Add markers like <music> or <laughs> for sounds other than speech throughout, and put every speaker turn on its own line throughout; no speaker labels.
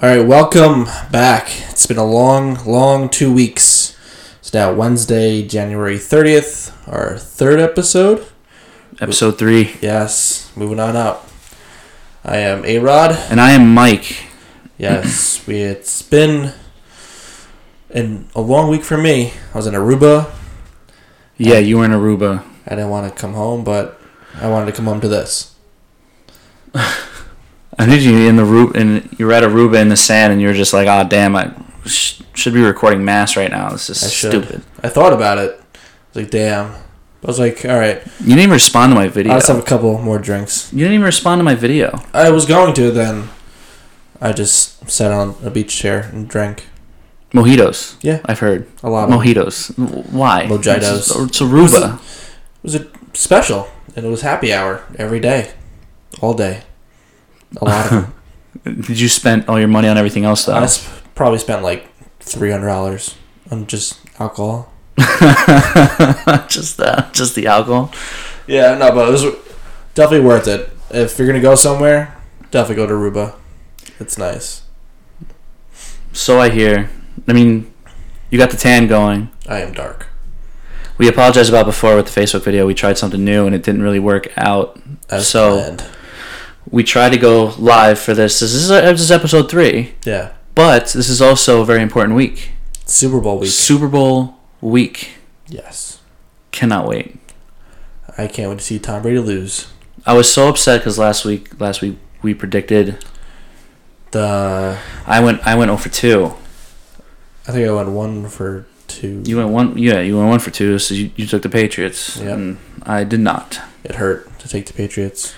All right, welcome back. It's been a long, long two weeks. It's now Wednesday, January 30th, our third episode.
Episode three.
Yes, moving on up. I am A Rod.
And I am Mike.
Yes, we, it's been an, a long week for me. I was in Aruba.
Yeah, you were in Aruba.
I didn't want to come home, but I wanted to come home to this.
I need you in the Aruba, and you were at Aruba in the sand, and you were just like, "Ah, damn! I sh- should be recording mass right now. This is
I should.
stupid."
I thought about it. I was like, damn. I was like, all right,
You didn't even respond to my video.
I'll just have a couple more drinks.
you didn't even respond to my video.
I was going to then. I just sat on a beach chair and drank
Mojitos.
Yeah.
I've heard
a lot. Of, it
mojitos. W- Why?
Mojitos.
It's, it's Aruba.
was a special, and it was happy hour every day, all day. A lot of them.
Did you spend all your money on everything else though?
I sp- probably spent like three hundred dollars on just alcohol.
<laughs> just the just the alcohol.
Yeah, no, but it was definitely worth it. If you're gonna go somewhere, definitely go to Aruba. It's nice.
So I hear. I mean, you got the tan going.
I am dark.
We apologized about before with the Facebook video. We tried something new and it didn't really work out.
As
So-
planned.
We tried to go live for this. This is, this is episode three,
yeah,
but this is also a very important week.
Super Bowl week.
Super Bowl week.
yes,
Cannot wait.
I can't wait to see Tom Brady lose.
I was so upset because last week, last week we predicted.
The
I went, I went over two.
I think I went one for two.
You went one, yeah, you went one for two. So you, you took the Patriots.
Yep.
and I did not.
It hurt to take the Patriots.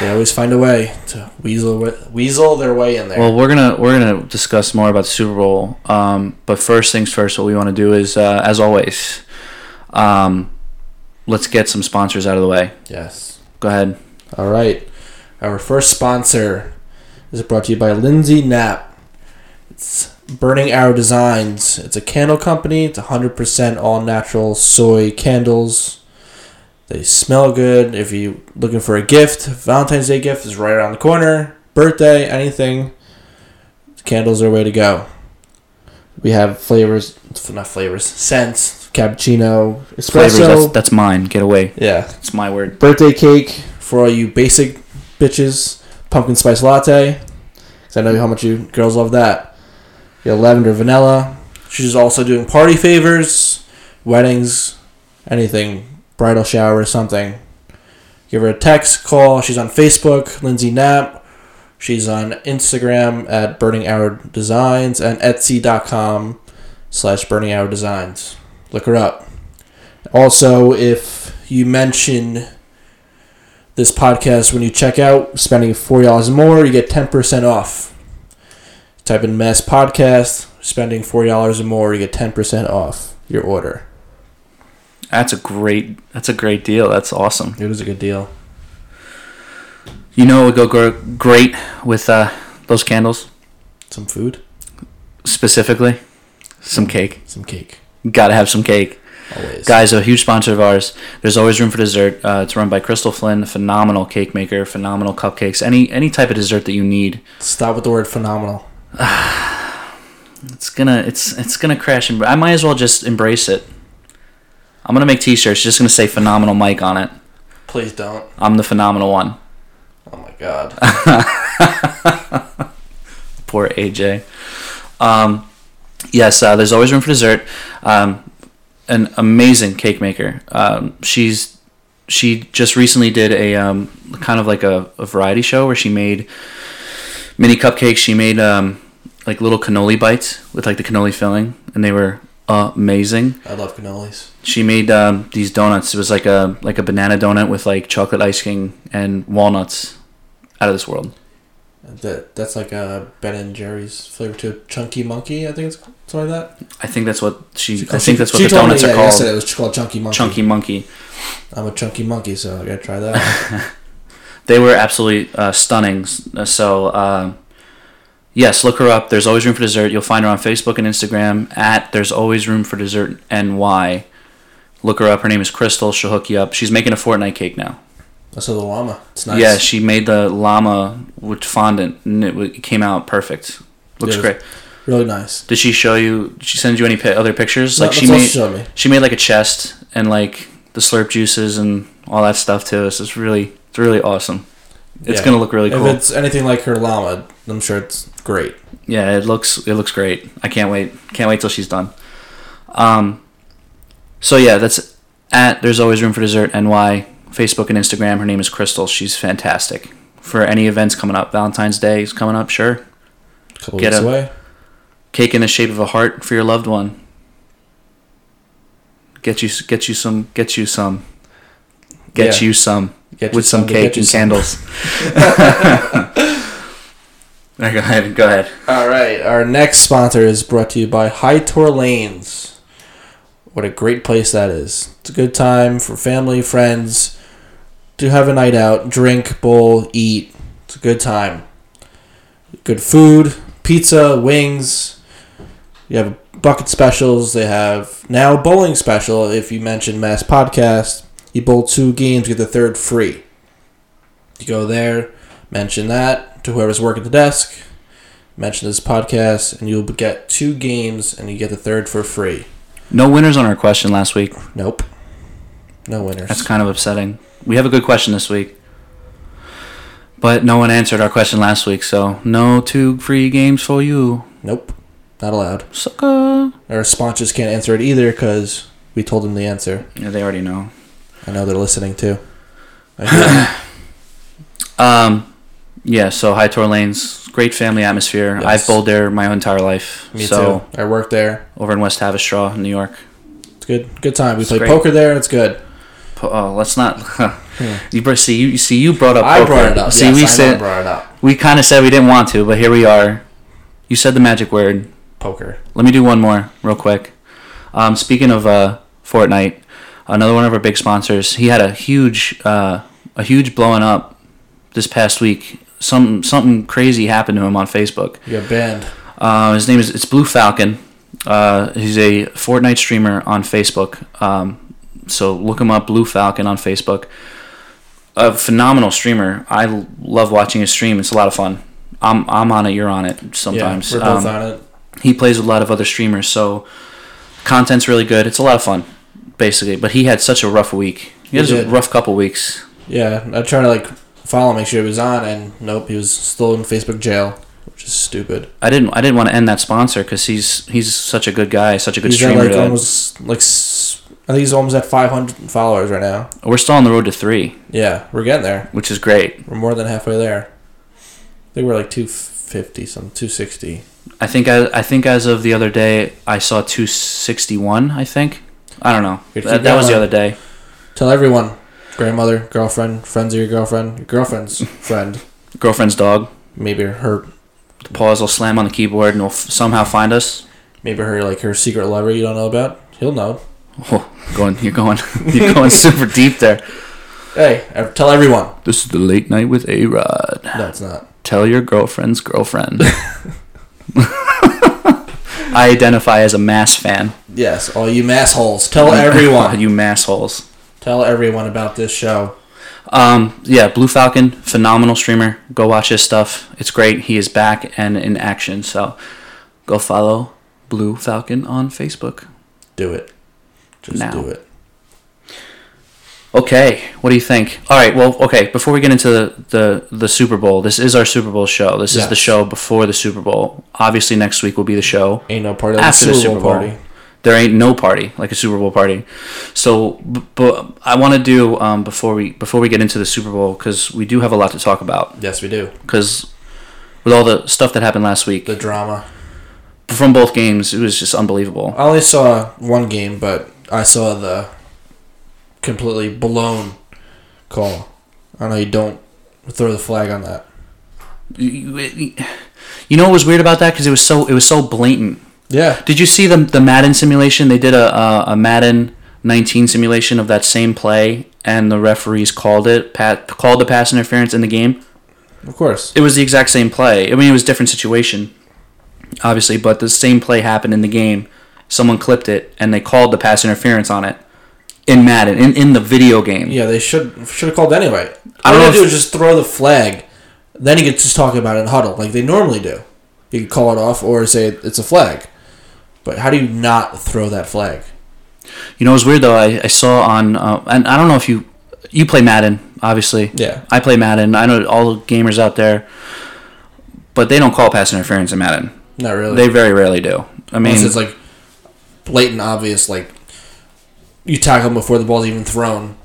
they always find a way to weasel wi- weasel their way in there.
Well, we're gonna we're gonna discuss more about the Super Bowl. Um, but first things first, what we want to do is, uh, as always, um, let's get some sponsors out of the way.
yes.
Go ahead.
All right. Our first sponsor is brought to you by Lindsay Knapp. It's Burning Arrow Designs. It's a candle company. It's 100% all natural soy candles. They smell good. If you're looking for a gift, Valentine's Day gift is right around the corner. Birthday, anything. Candles are the way to go. We have flavors, not flavors, scents, cappuccino, espresso.
Flavors. That's, that's mine. Get away.
yeah,
It's my word.
birthday cake for all you basic bitches. Pumpkin spice latte. 'cause I know how much you girls love that. You have lavender vanilla. She's also doing party favors, weddings, anything, bridal shower, something. Give her a text, call. She's on Facebook, Lindsay Knapp. She's on Instagram at Burning Arrow Designs and Etsy.com slash Burning Arrow Designs. Look her up. Also, if you mention this podcast when you check out spending $40 more you get 10% off type in mess podcast spending $40 or more you get 10% off your order
That's a great. That's a great deal. That's awesome.
it was a good deal
You know, it would go gr- great with uh, those candles
some food
specifically. Some cake.
some cake
Gotta have some cake.
always
Guys, a huge sponsor of ours. There's always room for dessert. Uh, it's run by Crystal Flynn, a phenomenal cake maker, phenomenal cupcakes. Any any type of dessert that you need,
stop with the word phenomenal
it's gonna it's it's gonna crash. And I might as well just embrace it. I'm gonna make T-shirts. Just gonna say "Phenomenal Mike" on it.
please don't
I'm the phenomenal one.
oh my god
Poor AJ. Um, yes, uh, there's always room for dessert. Um, an amazing cake maker. Um, she's she just recently did a um, kind of like a, a variety show where she made mini cupcakes. She made um, like little cannoli bites with like the cannoli filling, and they were amazing.
i love cannolis
She made um, these donuts. It was like a like a banana donut with like chocolate icing and walnuts. Out of this world.
that that's like a ben and jerry's flavor to it. chunky monkey i think it's called, something like that
I think that's what she. I
Oh,
think that's what
she
the
told me
donuts are
that
called.
yesterday it was called chunky monkey
Chunky Monkey.
i'm a chunky monkey so i gotta try
<laughs>
that
They were absolutely uh, stunning. S- So, uh, yes, look her up. There's always room for dessert. You'll find her on Facebook and Instagram at There's Always Room for Dessert NY. Look her up. Her name is Crystal. She'll hook you up. She's making a Fortnite cake now.
That's the llama. It's nice.
Yeah, she made the llama with fondant, and it, w- it came out perfect. Looks
Yeah.
great.
really nice.
Did she show you? Did she send you any pi- other pictures?
No,
Like she
that's all showed
made,
me.
she made like a chest and like the slurp juices and all that stuff too. It's just really, it's really awesome. It's
Yeah.
gonna look really
If
cool.
it's anything like her llama, I'm sure it's great.
Yeah, it looks it looks great. I can't wait. Can't wait till she's done. Um, so yeah, that's at there's always room for dessert NY Facebook and Instagram. Her name is Crystal. She's fantastic for any events coming up. Valentine's Day is coming up. Sure,
couple
Get
weeks
a-
away.
cake in the shape of a heart for your loved one. Get you get you some get you some get
Yeah.
you some
Get you
with some
to
cake
get you
and
some. <laughs>
candles. <laughs> go ahead. Go ahead.
All right, our next sponsor is brought to you by High Tour Lanes. What a great place that is! It's a good time for family, friends to have a night out, drink, bowl, eat. It's a good time. Good food, pizza, wings. You have bucket specials. They have now bowling special. If you mention Mass Podcast, you bowl two games, get the third free. You go there, mention that to whoever's working the desk mention this podcast, and you'll get two games, and you get the third for free.
No winners on our question last week.
Nope, no winners.
That's kind of upsetting. We have a good question this week, but no one answered our question last week, so no two free games for you,
nope, not allowed.
sucker.
Our sponsors can't answer it either because we told them the answer.
Yeah, they already know.
I know they're listening too.
<coughs>
I hear
Um, yeah. So High Tor Lanes, great family atmosphere.
Yes.
I've bowled there my entire life.
them. Me
so
too. I work there.
over in West Havistraw, New York.
It's good. Good time. We
It's
play
great.
poker there. It's good.
Po- Oh, let's not. <laughs> you br- see you see you brought up.
Hmm. I
poker.
brought it up.
See,
yes,
we
I know I
said
brought it up.
we kind of said we didn't want to, but here we are. You said the magic word.
Poker.
Let me do one more real quick. Um, speaking of uh, Fortnite, another one of our big sponsors. He had a huge, uh, a huge blowing up this past week. Some something crazy happened to him on Facebook.
You got banned.
Uh, his name is it's Blue Falcon. Uh, he's a Fortnite streamer on Facebook. Um, so look him up, Blue Falcon on Facebook. A phenomenal streamer. I l- love watching his stream. It's a lot of fun. I'm I'm on it. You're on it. Sometimes
yeah, we're both
Um,
on it.
he plays with a lot of other streamers, so content's really good. It's a lot of fun, basically. But he had such a rough week. He
He
has a
did.
rough couple weeks.
Yeah, I tried to like follow, make sure he was on, and nope, he was still in Facebook jail, which is stupid.
I didn't. I didn't want to end that sponsor because he's he's such a good guy, such a good
he's at
streamer.
like
that-
almost like s- I think he's almost at 500 followers right now.
We're still on the road to three,
Yeah, we're getting there.
which is great.
We're more than halfway there. I think we're like 250 some 260.
I think. I, I think as of the other day, I saw two sixty one. I think. I don't know.
Good,
That,
keep
that was the
going.
other day.
Tell everyone, grandmother, girlfriend, friends of your girlfriend, your
<laughs>
girlfriend's friend,
Girlfriend's dog.
maybe her,
The paws will slam on the keyboard and will f- somehow find us.
maybe her like her secret lover you don't know about. He'll know.
Oh, going. You're going. <laughs> you're going super deep there.
Hey, ev- tell everyone.
This is the late night with A Rod.
No, it's not.
Tell your girlfriend's
<laughs>
girlfriend. <laughs> I identify as a mass fan.
Yes, all you massholes,
<laughs>
tell everyone.
you massholes.
tell everyone about this show.
Um, yeah, Blue Falcon, phenomenal streamer. Go watch his stuff. It's great. He is back and in action. So go follow Blue Falcon on Facebook.
Do it. Just
Now.
do it.
Okay, what do you think? All right, well, okay, before we get into the, the, the Super Bowl, this is our Super Bowl show. This is the
Yes.
show before the Super Bowl. Obviously, next week will be the show.
Ain't no party like
after the
Super Bowl
Super Bowl.
party.
There ain't no party like a Super Bowl party. So, b- but I want to do um, before we before we get into the Super Bowl because we do have a lot to talk about
Yes, we do.
because with all the stuff that happened last week
The drama.
from both games, it was just unbelievable.
I only saw one game, but I saw the completely blown call. I know you don't throw the flag on that.
You you know what was weird about that because it was so it was so blatant.
Yeah,
Did you see the the Madden simulation? They did a a, a Madden 19 simulation of that same play, and the referees called it pat called the pass interference in the game.
of course.
it was the exact same play. I mean, it was a different situation, obviously, but the same play happened in the game. Someone clipped it, and they called the pass interference on it. in Madden, in, in the video game.
Yeah, they should should have called anyway.
I
All
don't
you
know
gotta do
if-
is just throw the flag. Then you could just talk about it in huddle like they normally do. You could call it off or say it's a flag. But how do you not throw that flag?
You know, it was weird though. I, I saw on, uh, and I don't know if you you play Madden, obviously.
Yeah.
I play Madden. I know all the gamers out there, but they don't call pass interference in Madden.
Not really.
They very rarely do. I mean,
Unless it's like blatant, obvious. Like you tackle him before the ball's even thrown.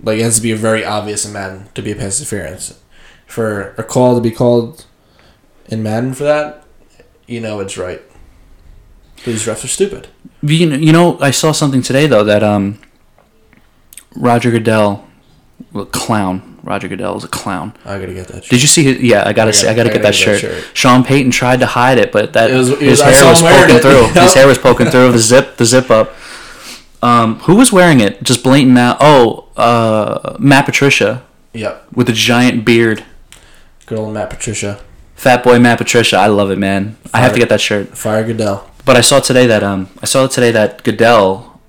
Like it has to be very obvious in Madden to be a pass interference. For a call to be called in Madden for that, you know it's right. These refs are stupid.
you kn- you know, I saw something today though that um, Roger Goodell, well, clown. Roger Goodell is a clown.
I gotta get that.
Did you see? His, yeah, I gotta,
I
see
gotta-
I gotta,
I
get
gotta
that,
get that
shirt.
shirt.
Sean Payton tried to hide it, but that
It was- it was-
his
I
hair
saw
was
him wearing
poking
it. <laughs>
through. His
Yep.
hair was poking through the zip, the zip up. Um, who was wearing it? Just blatant out. Oh, uh, Matt Patricia
Yep.
with a giant beard.
Good old Matt Patricia.
Fat boy Matt Patricia. I love it, man. I have to get that shirt.
Fire Goodell.
But I saw today that um, I saw today that Goodell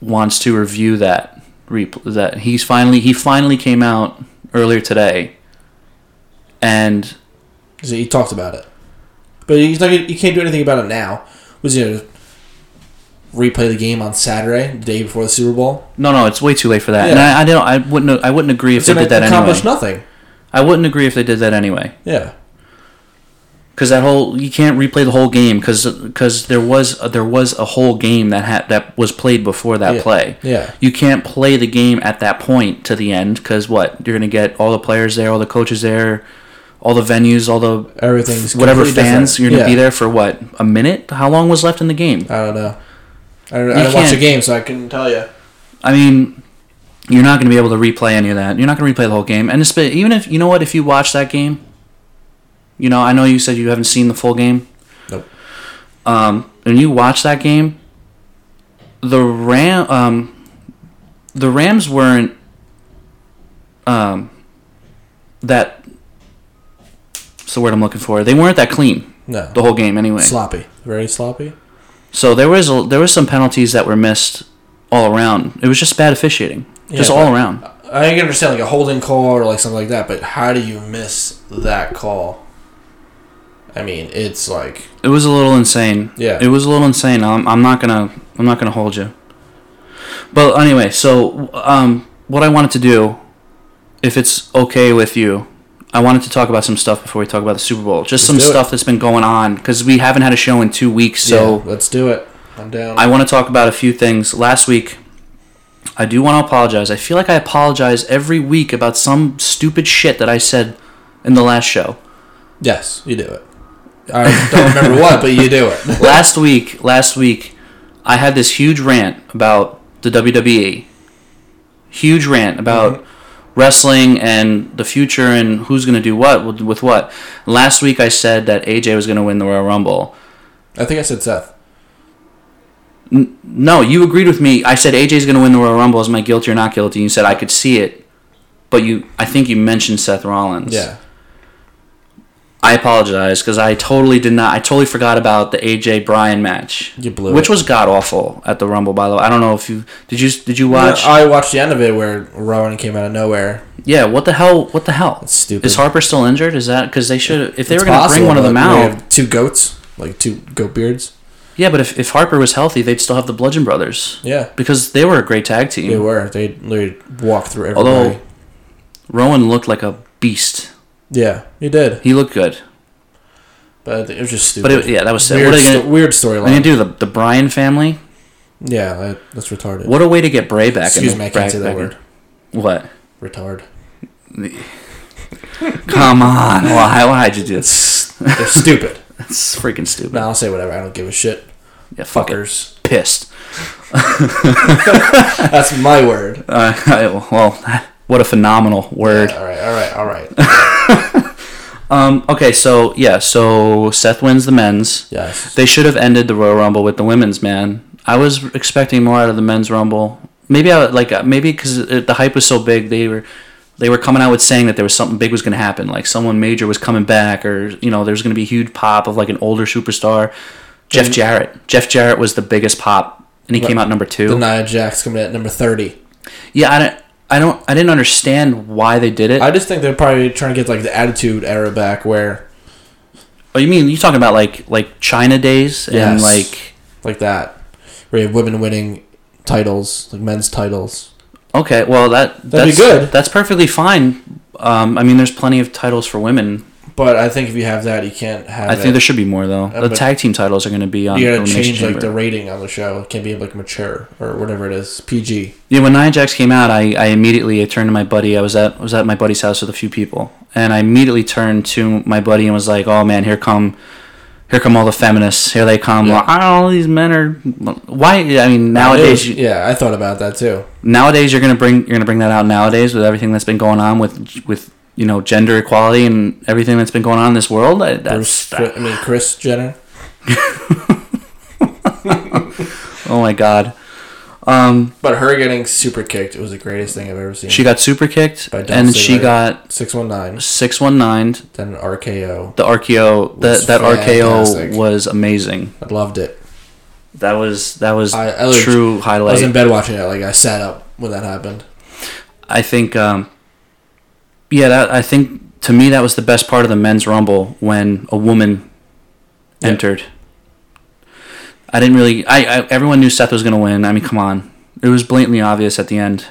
wants to review that rep- that he's finally he finally came out earlier today, and
So he talked about it, but he's not. You can't do anything about it now. Was you know, replay the game on Saturday, the day before the Super Bowl?
no, no, it's way too late for that. And
Yeah.
I, I don't, I wouldn't, I wouldn't agree if
It's
they
gonna
did that anyway.
accomplish nothing.
I wouldn't agree if they did that anyway,
Yeah.
because that whole you can't replay the whole game because there was there was a whole game that had that was played before that
Yeah.
play.
Yeah.
you can't play the game at that point to the end because what you're going to get all the players there all the coaches there all the venues all the
Everything's
whatever
completely
fans
different.
you're going to
Yeah.
be there for what a minute how long was left in the game
I don't know. I don't,
You
I don't watch the
can't-
game, so I couldn't tell you.
i mean you're not going to be able to replay any of that you're not going to replay the whole game and it's been, even if you know what if you watch that game you know i know you said you haven't seen the full game
Nope.
um, and you watch that game, the Ram um, the Rams weren't um, that. What's the word I'm looking for? They weren't that clean
No.
the whole game anyway.
sloppy. Very sloppy.
So there was a, there was some penalties that were missed all around. It was just bad officiating, just
Yeah,
all around.
I can understand like a holding call or like something like that, but how do you miss that call? I mean, it's like
It was a little insane.
Yeah.
it was a little insane. I'm, I'm not gonna I'm not gonna hold you. But anyway, so um, what I wanted to do, if it's okay with you, I wanted to talk about some stuff before we talk about the Super Bowl. Just
Let's
some
do it.
stuff that's been going on because we haven't had a show in two weeks. So
yeah, let's do it. I'm down.
I want to talk about a few things. Last week, I do want to apologize. I feel like I apologize every week about some stupid shit that I said in the last show.
yes, you do it. I don't remember what, but you do it. <laughs>
last week, last week, I had this huge rant about the WWE. Huge rant about wrestling and the future and who's going to do what with- with what. Last week, I said that AJ was going to win the Royal Rumble.
I think I said Seth.
No, you agreed with me. I said AJ's going to win the Royal Rumble. Is my guilty or not guilty? You said I could see it, but you, I think you mentioned Seth Rollins.
Yeah.
I apologize because I totally did not. I totally forgot about the AJ Bryan match,
You blew
which
it.
was god awful at the Rumble. By the way, I don't know if you did you did you watch?
No, I watched the end of it where Rowan came out of nowhere.
yeah, what the hell? What the hell?
That's stupid.
Is Harper still injured? Is that because they should if they
It's
were going to bring
possible,
one of them
but we
out?
have Two goats, like two goat beards.
Yeah, but if, if Harper was healthy, they'd still have the Bludgeon Brothers
Yeah.
because they were a great tag team.
They were. They literally walked through everybody.
Although- Rowan looked like a beast.
yeah, he did.
He looked good,
But it was just stupid.
but it, yeah, that was sad.
weird,
what are they
sto-
going to?
weird
What are they
storyline.
gonna do the the Bryan family?
Yeah, that, that's retarded.
What a way to get Bray back.
Excuse
in
me, I
the,
can't
back-
say
back
that
in-
word.
What?
Retard.
Come on! Why? Why'd you do this?
It's they're stupid.
It's freaking stupid.
No, I'll say whatever. I don't give a shit.
Yeah, fuck it.
Fuckers.
Pissed.
That's my word.
Uh, well, <laughs> what a phenomenal <laughs> word.
All right, all right, all
<laughs>
right.
Um, okay, so yeah, so Seth wins the men's.
Yes.
They should have ended the Royal Rumble with the women's. Man, I was expecting more out of the men's Rumble. Maybe I like uh, maybe because the hype was so big, they were they were coming out with saying that there was something big was going to happen, like someone major was coming back, or you know, there was going to be a huge pop of like an older superstar. Jeff Jarrett. Jeff Jarrett was the biggest pop and he
Mm. Right.
came out number two.
The Nia Jax coming in at number thirty.
yeah, I don't, I don't, I didn't understand why they did it.
I just think they're probably trying to get like the Attitude Era back, where
oh, you mean you talking about like like China days and
Yes.
like
like that, where you have women winning titles, like men's titles.
okay, well that that'd
be
that's,
good.
That's perfectly fine. Um, I mean, there's plenty of titles for women.
But I think if you have that, you can't have.
I
it.
think there should be more though.
Uh,
the
but-
tag team titles are going to be on.
you gotta
Elimination
change like
Chamber.
the rating on the show. It can't be like mature or whatever it is. PG.
Yeah, when Nia Jax came out, I, I immediately I turned to my buddy. I was at was at my buddy's house with a few people, and I immediately turned to my buddy and was like, "Oh man, here come, here come all the feminists. Here they come.
Yeah.
Well, I don't know, these men are why? I mean, nowadays, you,
yeah, I thought about that too.
nowadays you're gonna bring you're gonna bring that out nowadays with everything that's been going on with with you know gender equality and everything that's been going on in this world. I, that's
Bruce, I mean Chris Jenner.
oh my god. Um,
But her getting super kicked, it was the greatest thing I've ever seen.
she got super kicked,
By Dolph
and she
Ziggler.
got
six one nine,
six one nine.
then an RKO.
the RKO
Was
that that
fantastic.
RKO was amazing.
I loved it.
That was that was
I- I was- I
true
was
highlight.
in bed watching it. Like I sat up when that happened.
I think um, yeah, that, I think to me that was the best part of the men's rumble when a woman
Yeah.
entered. I didn't really. I, I everyone knew Seth was gonna win. I mean, come on, it was blatantly obvious at the end.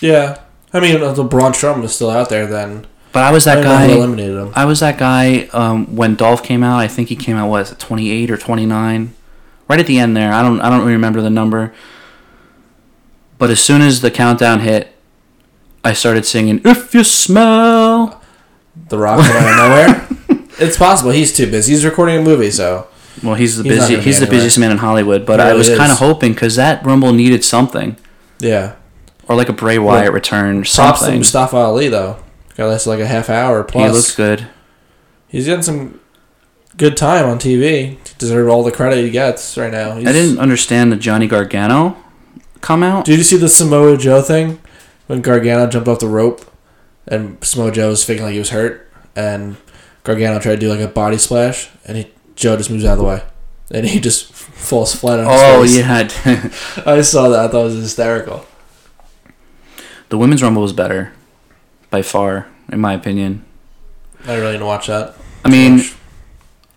Yeah, I mean if the Braun Strowman is still out there. Then
But I was
I
that
don't know who
guy.
eliminated him.
I was that guy um, when Dolph came out. I think he came out what twenty eight or twenty nine, right at the end there. I don't I don't really remember the number. But as soon as the countdown hit, I started singing "If You Smell."
The Rock came out of
<laughs>
nowhere. It's possible he's too busy. He's recording a movie, so
Well, he's the
He's not
busy
gonna be
he's the
anywhere.
busiest man in Hollywood. But
He
I
really
was
is.
kind of hoping because that Rumble needed something,
yeah.
or like a Bray Wyatt return,
Props to
something.
Mustafa Ali though. Got lasted like a half hour
He
plus.
looks good.
He's getting some good time on TV. Deserve all the credit he gets right now. He's,
I didn't understand the Johnny Gargano come out.
Did you see the Samoa Joe thing when Gargano jumped off the rope and Samoa Joe was faking like he was hurt and Gargano tried to do like a body splash and he Joe just moves out of the way and he just <laughs> falls flat on his
Oh
face.
yeah, <laughs>
I saw that. I thought it was hysterical.
the women's Rumble was better by far, in my opinion.
I really didn't watch that.
I mean,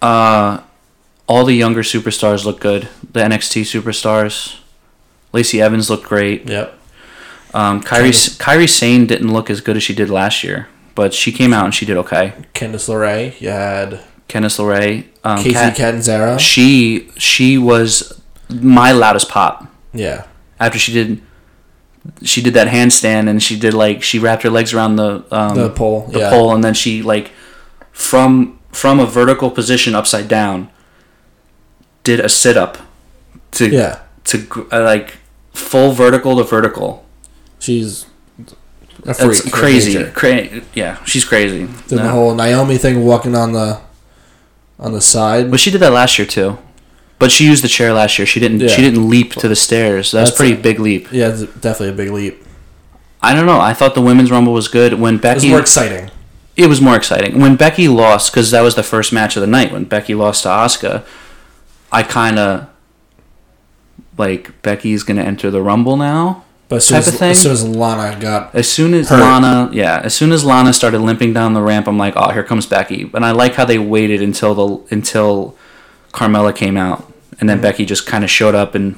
uh, all the younger superstars look good. The NXT superstars, Lacey Evans looked great.
yep.
Um, Kyrie Kyrie Sane didn't look as good as she did last year, but she came out and she did okay.
Candice LeRae. You had
Candice LeRae, um,
Casey
Kat-
Catanzaro.
she she was my loudest pop
yeah.
after she did. She did that handstand and she did like she wrapped her legs around the um,
The pole.
the
yeah.
pole and then she like from from a vertical position upside down did a sit up to
Yeah.
to gr- uh, like full vertical to vertical.
She's a freak.
That's
of
crazy.
nature.
Cra- yeah, she's crazy.
Then the
No.
whole Naomi thing walking on the on the side.
But she did that last year too. But she used the chair last year. She didn't.
Yeah.
She didn't leap to the stairs. That was a
That's
pretty
it.
big leap.
Yeah, it's definitely a big leap.
I don't know. I thought the women's rumble was good when
It's
Becky.
more exciting.
it was more exciting when Becky lost because that was the first match of the night when Becky lost to Asuka. I kind of like Becky's gonna enter the Rumble now.
But as soon as,
type of thing?
as soon as Lana got
As soon as
Hurt.
Lana, yeah, as soon as Lana started limping down the ramp, I'm like, oh, here comes Becky. And I like how they waited until the until Carmella came out, and then Becky just kind of showed up and.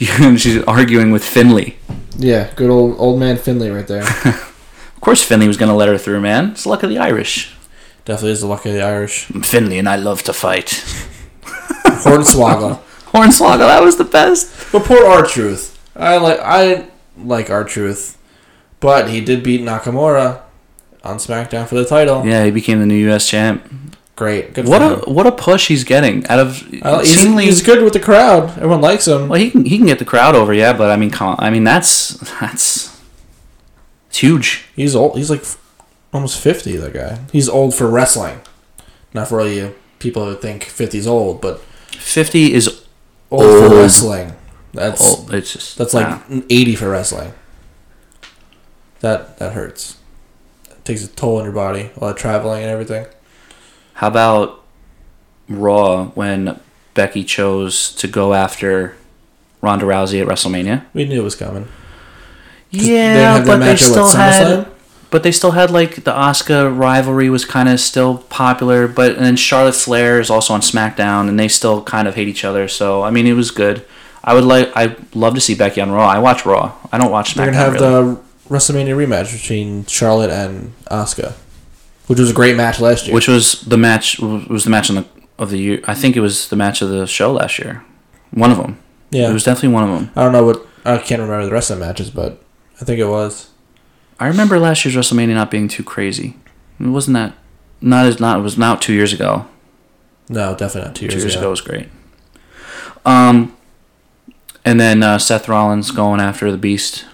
<laughs> and she's arguing with Finley.
yeah, good old old man Finley right there.
Of course, Finley was going to let her through, man. It's the luck of the Irish.
<laughs> definitely is the luck of the Irish.
Finley and I love to fight.
Hornswoggle.
<laughs> Hornswoggle, that was the
<laughs>
best.
but poor R Truth. I like I like R Truth, but he did beat Nakamura on SmackDown for the title.
Yeah, he became the new U.S. champ.
Great. Good
What
for
a what a push he's getting out of
him. He's,
seemingly.
he's good with the crowd. Everyone likes him.
well, he can he can get the crowd over, yeah. But I mean, come on, I mean that's that's it's huge.
He's old. He's like f- almost fifty. That guy. He's old for wrestling, not for all you people who think 50's old, but
Fifty is
old,
Old.
for wrestling. That's
old. It's just
that's like
nah.
eighty for wrestling. That that hurts. It takes a toll on your body. All that traveling and everything.
how about Raw when Becky chose to go after Ronda Rousey at WrestleMania.
We knew it was coming. didn't
Yeah,
have that
but they
match at, what,
still had.
SummerSlam?
But they still had like the Oscar rivalry was kind of still popular, but and then Charlotte Flair is also on SmackDown, and they still kind of hate each other. So I mean, it was good. I would like. I love to see Becky on Raw. I watch Raw. I don't watch
They're
SmackDown.
gonna have
really.
the WrestleMania rematch between Charlotte and Asuka, which was a great match last year.
which was the match was the match on the of the year. I think it was the match of the show last year. One of them.
yeah,
It was definitely one of them.
I don't know what I can't remember the rest of the matches, but I think it was.
I remember last year's WrestleMania not being too crazy. It wasn't that not as not it was not two years ago.
No, definitely not two
Two
years,
years
ago.
ago was great. Um, and then uh, Seth Rollins going after the Beast.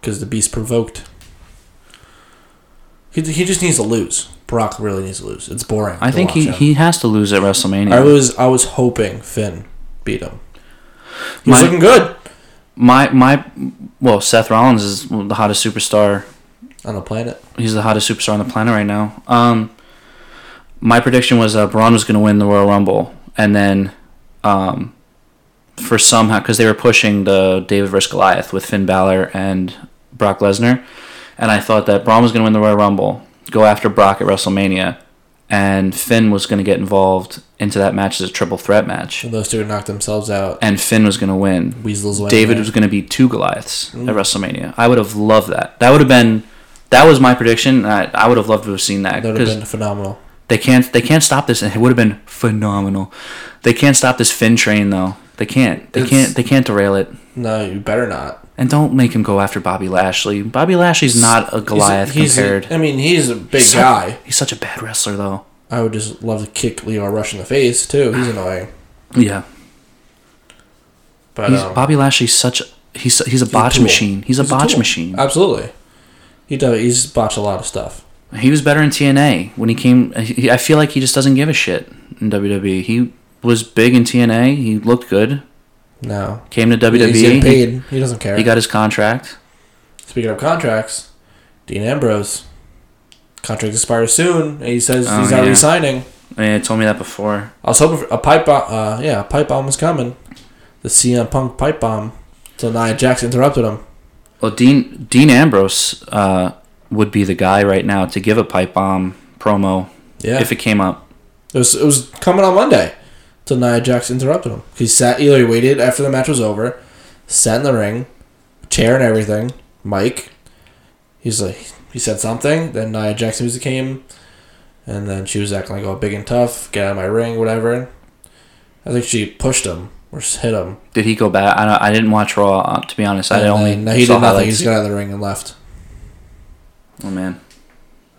because the beast provoked. He, he just needs to lose. Brock really needs to lose. It's boring.
I
to
think
watch
he,
him.
he has to lose at WrestleMania.
I was I was hoping Finn beat him. He's
My-
looking good
my my well Seth Rollins is the hottest superstar
on the planet.
he's the hottest superstar on the planet right now. Um, my prediction was uh, Braun was going to win the Royal Rumble, and then um, for somehow because they were pushing the David versus Goliath with Finn Balor and Brock Lesnar, and I thought that Braun was going to win the Royal Rumble, go after Brock at WrestleMania, and Finn was going to get involved into that match as a triple threat match,
And those two knocked themselves out.
and Finn was going to win.
Weasels went.
David
there.
was going to be two Goliaths
Mm.
at WrestleMania. I would have loved that. That would have been that was my prediction. and I, I would have loved to have seen that
that would have
because
been phenomenal.
they can't they can't stop this, and it would have been phenomenal. They can't stop this Finn train though. They can't. They
It's-
can't. They can't derail it.
No, you better not.
And don't make him go after Bobby Lashley. Bobby Lashley's not a Goliath
he's a-
compared.
I mean, he's a big
He's so-
guy.
he's such a bad wrestler though.
I would just love to kick Leo Rush in the face too. He's annoying,
Yeah,
but
he's,
um,
Bobby Lashley's such. He's he's a
a
botch
tool.
machine. He's a
he's
botch
tool.
machine.
Absolutely, he does. He's botched a lot of stuff.
He was better in TNA when he came. He, I feel like he just doesn't give a shit in WWE. He was big in TNA. He looked good.
No,
Came to
He's getting
WWE. E, He,
paid. He doesn't care.
he got his contract.
Speaking of contracts, Dean Ambrose contract expires soon, and he says
Oh,
he's not
yeah.
resigning.
And told me that before.
I was hoping for a pipe bomb. Uh, yeah, a pipe bomb was coming. The CM Punk pipe bomb. So Nia Jax interrupted him.
Well, Dean Dean Ambrose uh, would be the guy right now to give a pipe bomb promo
Yeah,
if it came up.
it was it was coming on Monday. So Nia Jax interrupted him. He sat. Either he waited after the match was over, sat in the ring, chair and everything. Mike. He's like he said something. Then Nia Jax music came, and then she was acting like all big and tough. Get out of my ring, whatever. I think she pushed him or s- hit him.
Did he go back? I, don't, I didn't watch Raw uh, to be honest. I
And
only
then- no, he
saw
did nothing. He
highlights.
just got out of the ring and left.
oh man,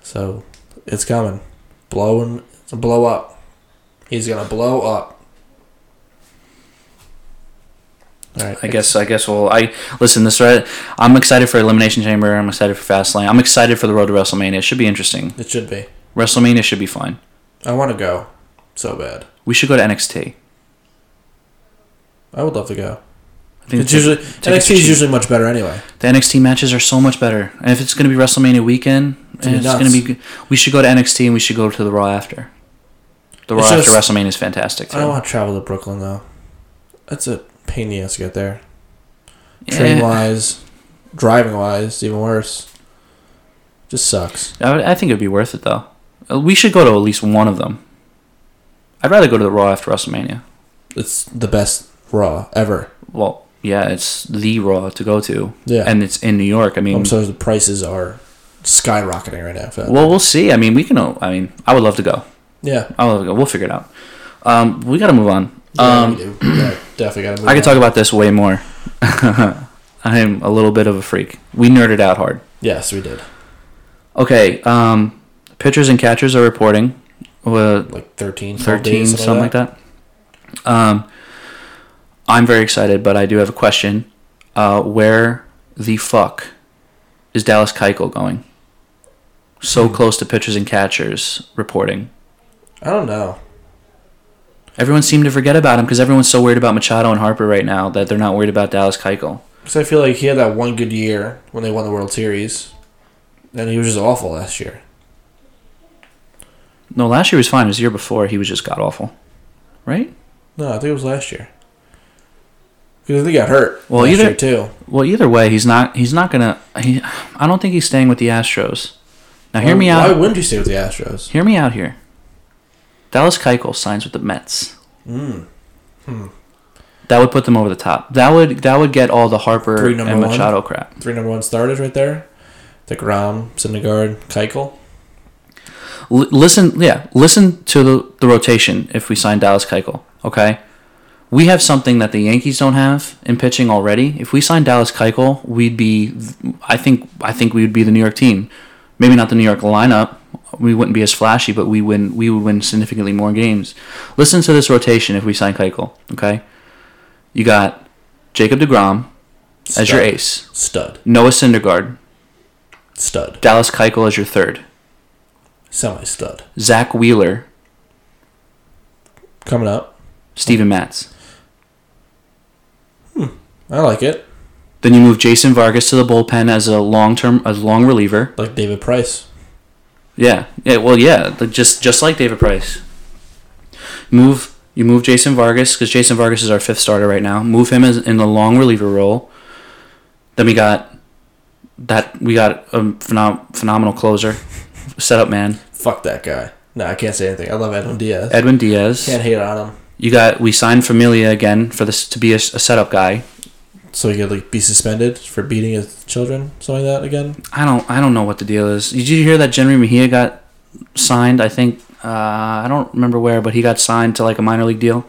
So it's coming. Blowing it's a blow up. He's gonna blow up. Alright.
I guess I guess well I listen this right. I'm excited for Elimination Chamber. I'm excited for Fastlane. I'm excited for the road to WrestleMania. It should be interesting.
it should be.
WrestleMania should be fun.
I wanna go so bad.
We should go to NXT.
I would love to go.
I think
it's
the-
usually
are
NXT
cheap.
is usually much better anyway.
the NXT matches are so much better. And if it's going to be WrestleMania weekend,
gonna be
it's
nuts.
going to be. good. We should go to NXT and we should go to the Raw after. The Raw
It's
after
just-
WrestleMania is fantastic.
I don't
Too.
want to travel to Brooklyn though. That's a pain in the ass to get there. Train
Yeah,
wise, driving wise, even worse. Just sucks.
I, would- I think it'd be worth it though. Uh, We should go to at least one of them. I'd rather go to the Raw after WrestleMania.
It's the best raw ever.
Well, yeah, it's the Raw to go to,
Yeah.
and it's in New York. I mean,
I'm sorry the prices are skyrocketing right now. For that.
well, we'll see. I mean, we can. o- I mean, I would love to go.
yeah.
I would love to go. We'll figure it out. Um, we got to move on.
Yeah,
Um,
we do. Yeah, definitely got to move
I
on.
could talk about this way more. <laughs> I am a little bit of a freak. We nerded out hard.
Yes, we did.
Okay, um, pitchers and catchers are reporting uh,
Like 13, 12
13,
days,
something, like that. Um, I'm very excited, but I do have a question. Uh, where the fuck is Dallas Keuchel going? So close to pitchers and catchers reporting.
I don't know.
Everyone seemed to forget about him because everyone's so worried about Machado and Harper right now that they're not worried about Dallas Keuchel.
Because I feel like he had that one good year when they won the World Series. And he was just awful last year.
No, last year was fine. It was the year before he was just god awful, right?
No, I think it was last year. Because they got hurt.
Well,
last
either-
year, too.
Well, either way, he's not. He's not gonna. He, I don't think he's staying with the Astros. Now, hear me
why,
out.
Why wouldn't you stay with the Astros?
Hear me out here. Dallas Keuchel signs with the Mets.
Hmm.
Hmm. That would put them over the top. That would that would get all the Harper
Three
and
number one.
Machado crap.
Three number one starters right there. Degrom, Syndergaard, Keuchel.
L- listen, yeah, listen to the, the rotation if we sign Dallas Keuchel. Okay, we have something that the Yankees don't have in pitching already. If we sign Dallas Keuchel, we'd be, I think, I think we would be the New York team. Maybe not the New York lineup. We wouldn't be as flashy, but we win. We would win significantly more games. Listen to this rotation if we sign Keuchel. Okay, you got Jacob Degrom as your
Stud.
ace,
Stud.
Noah Syndergaard,
Stud.
Dallas Keuchel as your third,
Semi stud.
Zach Wheeler,
Coming up.
Steven Matz.
I like it.
Then you move Jason Vargas to the bullpen as a long term, as long reliever.
Like David Price.
Yeah, yeah. Well, yeah. like Just just like David Price. Move you move Jason Vargas because Jason Vargas is our fifth starter right now. Move him as in the long reliever role. Then we got that we got a phenom- phenomenal closer, setup man
Fuck that guy. No, I can't say anything. I love Edwin Diaz.
Edwin Diaz.
can't hate on him.
You got we signed Familia again for this to be a, s- a setup guy.
So he could like be suspended for beating his children, something like that again.
I don't I don't know what the deal is. Did you hear that Jenry Mejia got signed? I think uh, I don't remember where, but he got signed to like a minor league deal.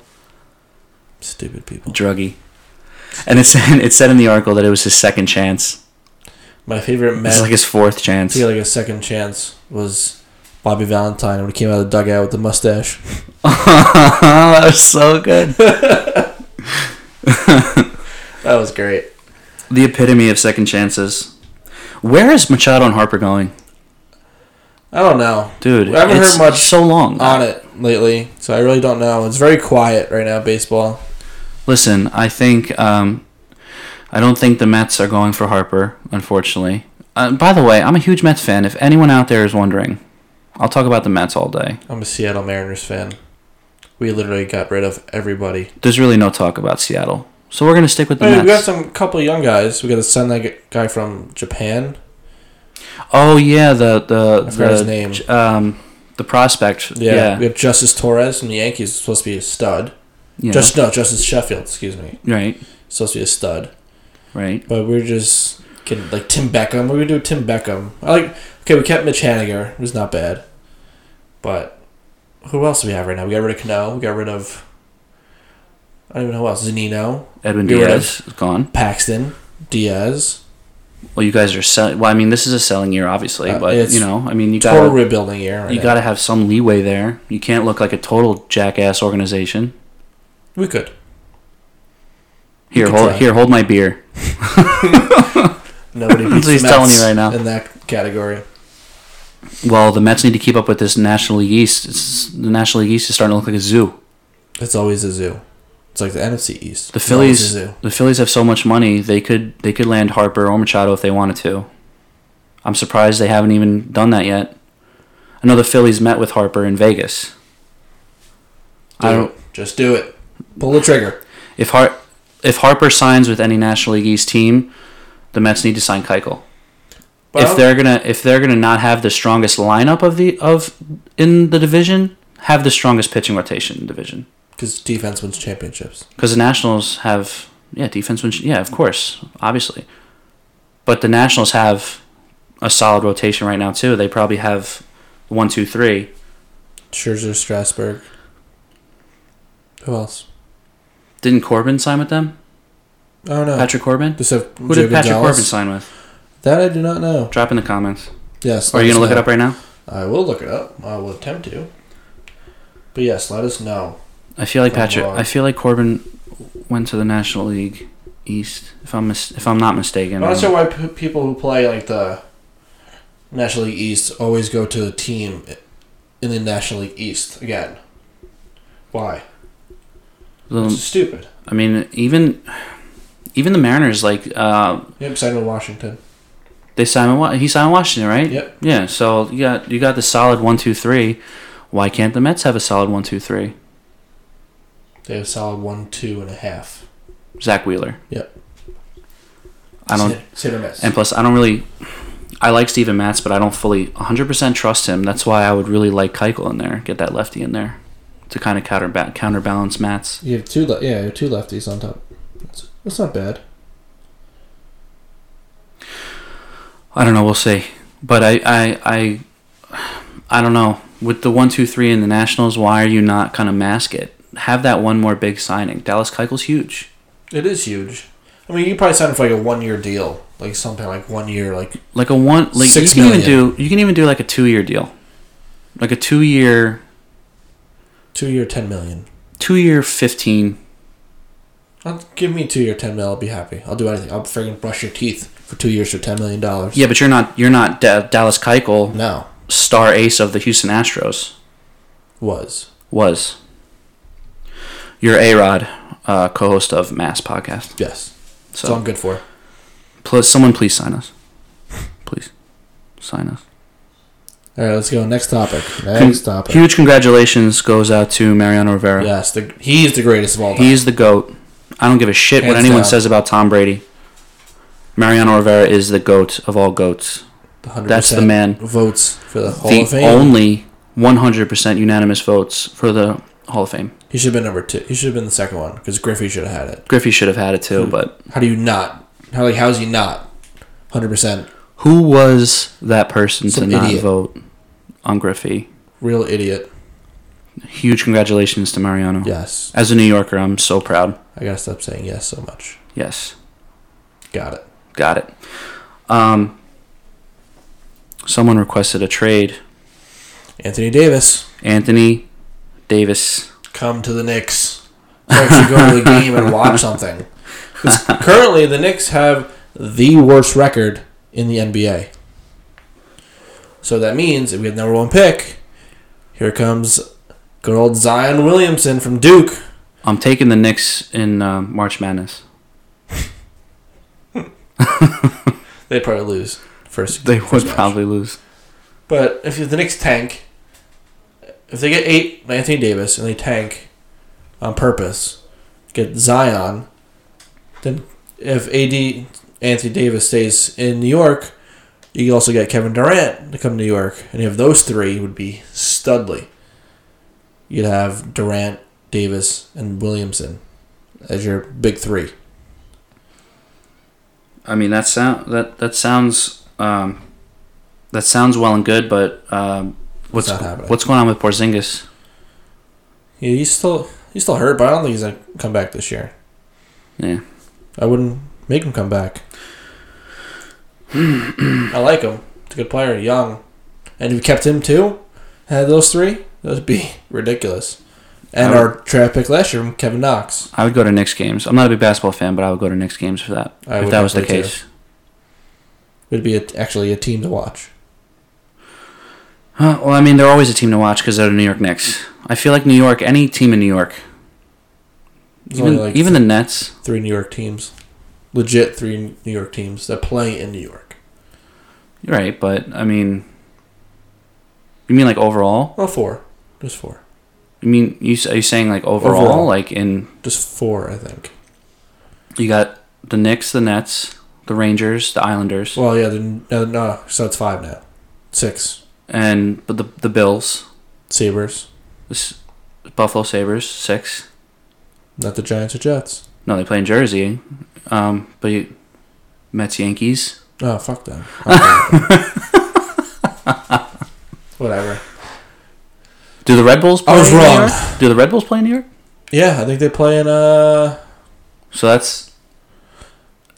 Stupid people.
Druggy. And it said it said in the article that it was his second chance.
My favorite
It's
Mets
like his fourth chance.
to get like a second chance was Bobby Valentine when he came out of the dugout with the mustache.
<laughs> that was
<laughs>
so good.
That was great.
The epitome of second chances. Where is Machado and Harper going,
I don't know
dude?
I haven't
it's
heard much
So long.
on it lately, so I really don't know. It's very quiet right now, baseball.
Listen, I think um, I don't think the Mets are going for Harper, unfortunately. Uh, by the way, I'm a huge Mets fan. If anyone out there is wondering, I'll talk about the Mets all day.
I'm a Seattle Mariners fan. We literally got rid of everybody.
There's really no talk about Seattle, so we're gonna stick with the
I mean, we got
Mets.
some couple young guys. We got to send that guy from Japan.
oh yeah, the the
I forgot his
the
name.
j- um the prospect.
Yeah,
Yeah,
we have Justice Torres from the Yankees. Supposed to be a stud.
you know,
Just no, Justice Sheffield. Excuse me.
right,
Supposed to be a stud.
right.
But we're just getting like Tim Beckham. What do we do with Tim Beckham? I like okay, we kept Mitch Haniger, it was not bad. But who else do we have right now? We got rid of Cano, we got rid of I don't even know who else. Zanino,
Edwin
Get rid
Diaz is gone.
Paxton, Diaz.
Well, you guys are selling. Well, I mean, this is a selling year, obviously,
Uh,
but
it's
you know, I mean, you
Total
got
rebuilding year. Right
you
now.
got to have some leeway there. You can't look like a total jackass organization.
we
<laughs>
could.
Here,
could
hold
try.
here, hold my beer.
Nobody beats
That's what
the Mets
he's telling you right now.
In that category.
Well, the Mets need to keep up with this National League East. It's, the National League East is starting to look like a zoo.
It's always a zoo. It's like the NFC East.
The
It's always
Phillies,
a zoo.
the Phillies have so much money they could they could land Harper or Machado if they wanted to. I'm surprised they haven't even done that yet. I know the Phillies met with Harper in Vegas.
Do
I don't.
it. just do it. Pull the trigger.
If Har- if Harper signs with any National League East team, the Mets need to sign Keuchel.
But I
if
don't-
they're gonna if they're gonna not have the strongest lineup of the of in the division, have the strongest pitching rotation in the division.
Because defense wins championships.
Because the Nationals have yeah defense wins yeah of course obviously, but the Nationals have a solid rotation right now too. They probably have one two three.
Scherzer, Strasburg. Who else?
Didn't Corbin sign with them?
I don't know.
Patrick Corbin.
Does have
Who
Joe
did Patrick
Uh, Gonzalez?
Corbin sign with?
That I do not know.
Drop in the comments.
Yes.
Are
let
you
us
gonna look
know.
it up right now?
I will look it up. I will attempt to. But yes, let us know.
I feel like
From
Patrick.
Law.
I feel like Corbin went to the National League East. If I'm mis- if I'm not mistaken.
I'm not sure why p- people who play like the National League East always go to the team in the National League East again. Why? It's
The-
stupid.
I mean, even even the Mariners, like uh,
Yep, signed with Washington.
they signed. Wa- he signed Washington, right?
Yep.
Yeah. So you got you got the solid one two three. Why can't the Mets have a solid one two three?
They have a solid one, two, and a half.
Zach Wheeler.
Yep.
I
It's
don't.
hit- it's hit or miss.
And plus, I don't really. I like Steven Matz, but I don't fully 100% trust him. That's why I would really like Keuchel in there, get that lefty in there to kind of counterba- counterbalance Matz.
You have two, le- yeah, you have two lefties on top. That's, that's not bad.
I don't know, we'll see. But I, I, I, I don't know. With the one, two, three in the Nationals, why are you not kind of mask it? Have that one more big signing. Dallas Keuchel's huge.
It is huge. I mean, you probably sign him for like a one year deal, like something like one year, like
Like a one, like
Six
you can even
million.
do, you can even do like a two-year deal, like a two-year,
two year, ten million.
two-year fifteen.
I'll, give me two year, ten mil. I'll be happy. I'll do anything. I'll friggin' brush your teeth for two years for ten million dollars.
Yeah, but you're not, you're not Da Dallas Keuchel.
No,
star ace of the Houston Astros
was
was your A Rod, uh, co host of Mass Podcast.
yes. So,
So,
I'm good for.
please, someone please sign us. Please sign us.
All right, let's go next topic. Next topic.
Huge congratulations goes out to Mariano Rivera.
Yes, the, he's the greatest of all time.
He's the GOAT. I don't give a shit what
Hands
anyone
down.
says about Tom Brady. Mariano Rivera is the GOAT of all GOATs.
100%
That's the man.
Votes for the Hall of
the
Fame.
only 100% unanimous votes for the Hall of Fame.
he should have been number two. He should have been the second one because Griffey should have had it.
Griffey should have had it
Hmm.
too, but
How do you not? How like how is he not? Hundred percent
Who was that person
Some
to not
idiot.
vote on Griffey?
real idiot.
Huge congratulations to Mariano.
Yes,
As a New Yorker, I'm so proud.
I gotta stop saying yes so much.
Yes,
Got it.
got it. Um, someone requested a trade.
Anthony Davis,
Anthony Davis.
come to the Knicks. Or actually go
<laughs>
to the game and watch something. 'Cause currently, the Knicks have the worst record in the NBA. So that means if we have number one pick, here comes good old Zion Williamson from Duke.
I'm taking the Knicks in um, March Madness.
They probably lose first.
They would
first match.
probably lose.
But if the Knicks tank, if they get eight Anthony Davis and they tank on purpose, get Zion, then if AD Anthony Davis stays in New York, you can also get Kevin Durant to come to New York, and you have those three would be studly. You'd have Durant, Davis, and Williamson as your big three.
I mean, that sound that that sounds um, that sounds well and good, but um, what's
not happening.
what's going on with Porzingis?
Yeah, he's still he's still hurt, but I don't think he's gonna come back this year.
Yeah.
I wouldn't make him come back.
Hmm.
I like him. He's a good player, young. And if you kept him too, had those three, that would be ridiculous. And
I
our draft pick last year, Kevin Knox.
I would go to Knicks games. I'm not a big basketball fan, but I would go to Knicks games for that.
I
if
would
that was the
definitely
case.
would be a, actually a team to watch.
Huh, well, I mean, they're always a team to watch because they're the New York Knicks. I feel like New York, any team in New York,
There's
even,
only like
even the Nets,
three New York teams, legit three New York teams that play in New York.
you're right, but I mean, you mean like overall?
Well, Oh, four, just four,
You mean you s- are you saying like overall,
Overall.
Like in
just four, I think.
you got the Knicks, the Nets, the Rangers, the Islanders,
Well, yeah, then no, no, so it's five now, six
and but the the Bills,
Sabers,
the S- Buffalo Sabers, six.
not the Giants or Jets.
No, they play in Jersey, um, but you, Mets, Yankees.
Oh, fuck them.
<laughs>
Okay. Whatever.
Do the Red Bulls? Play
I was
in New
wrong.
York? Do the Red Bulls play in New York?
Yeah, I think they play in uh.
So that's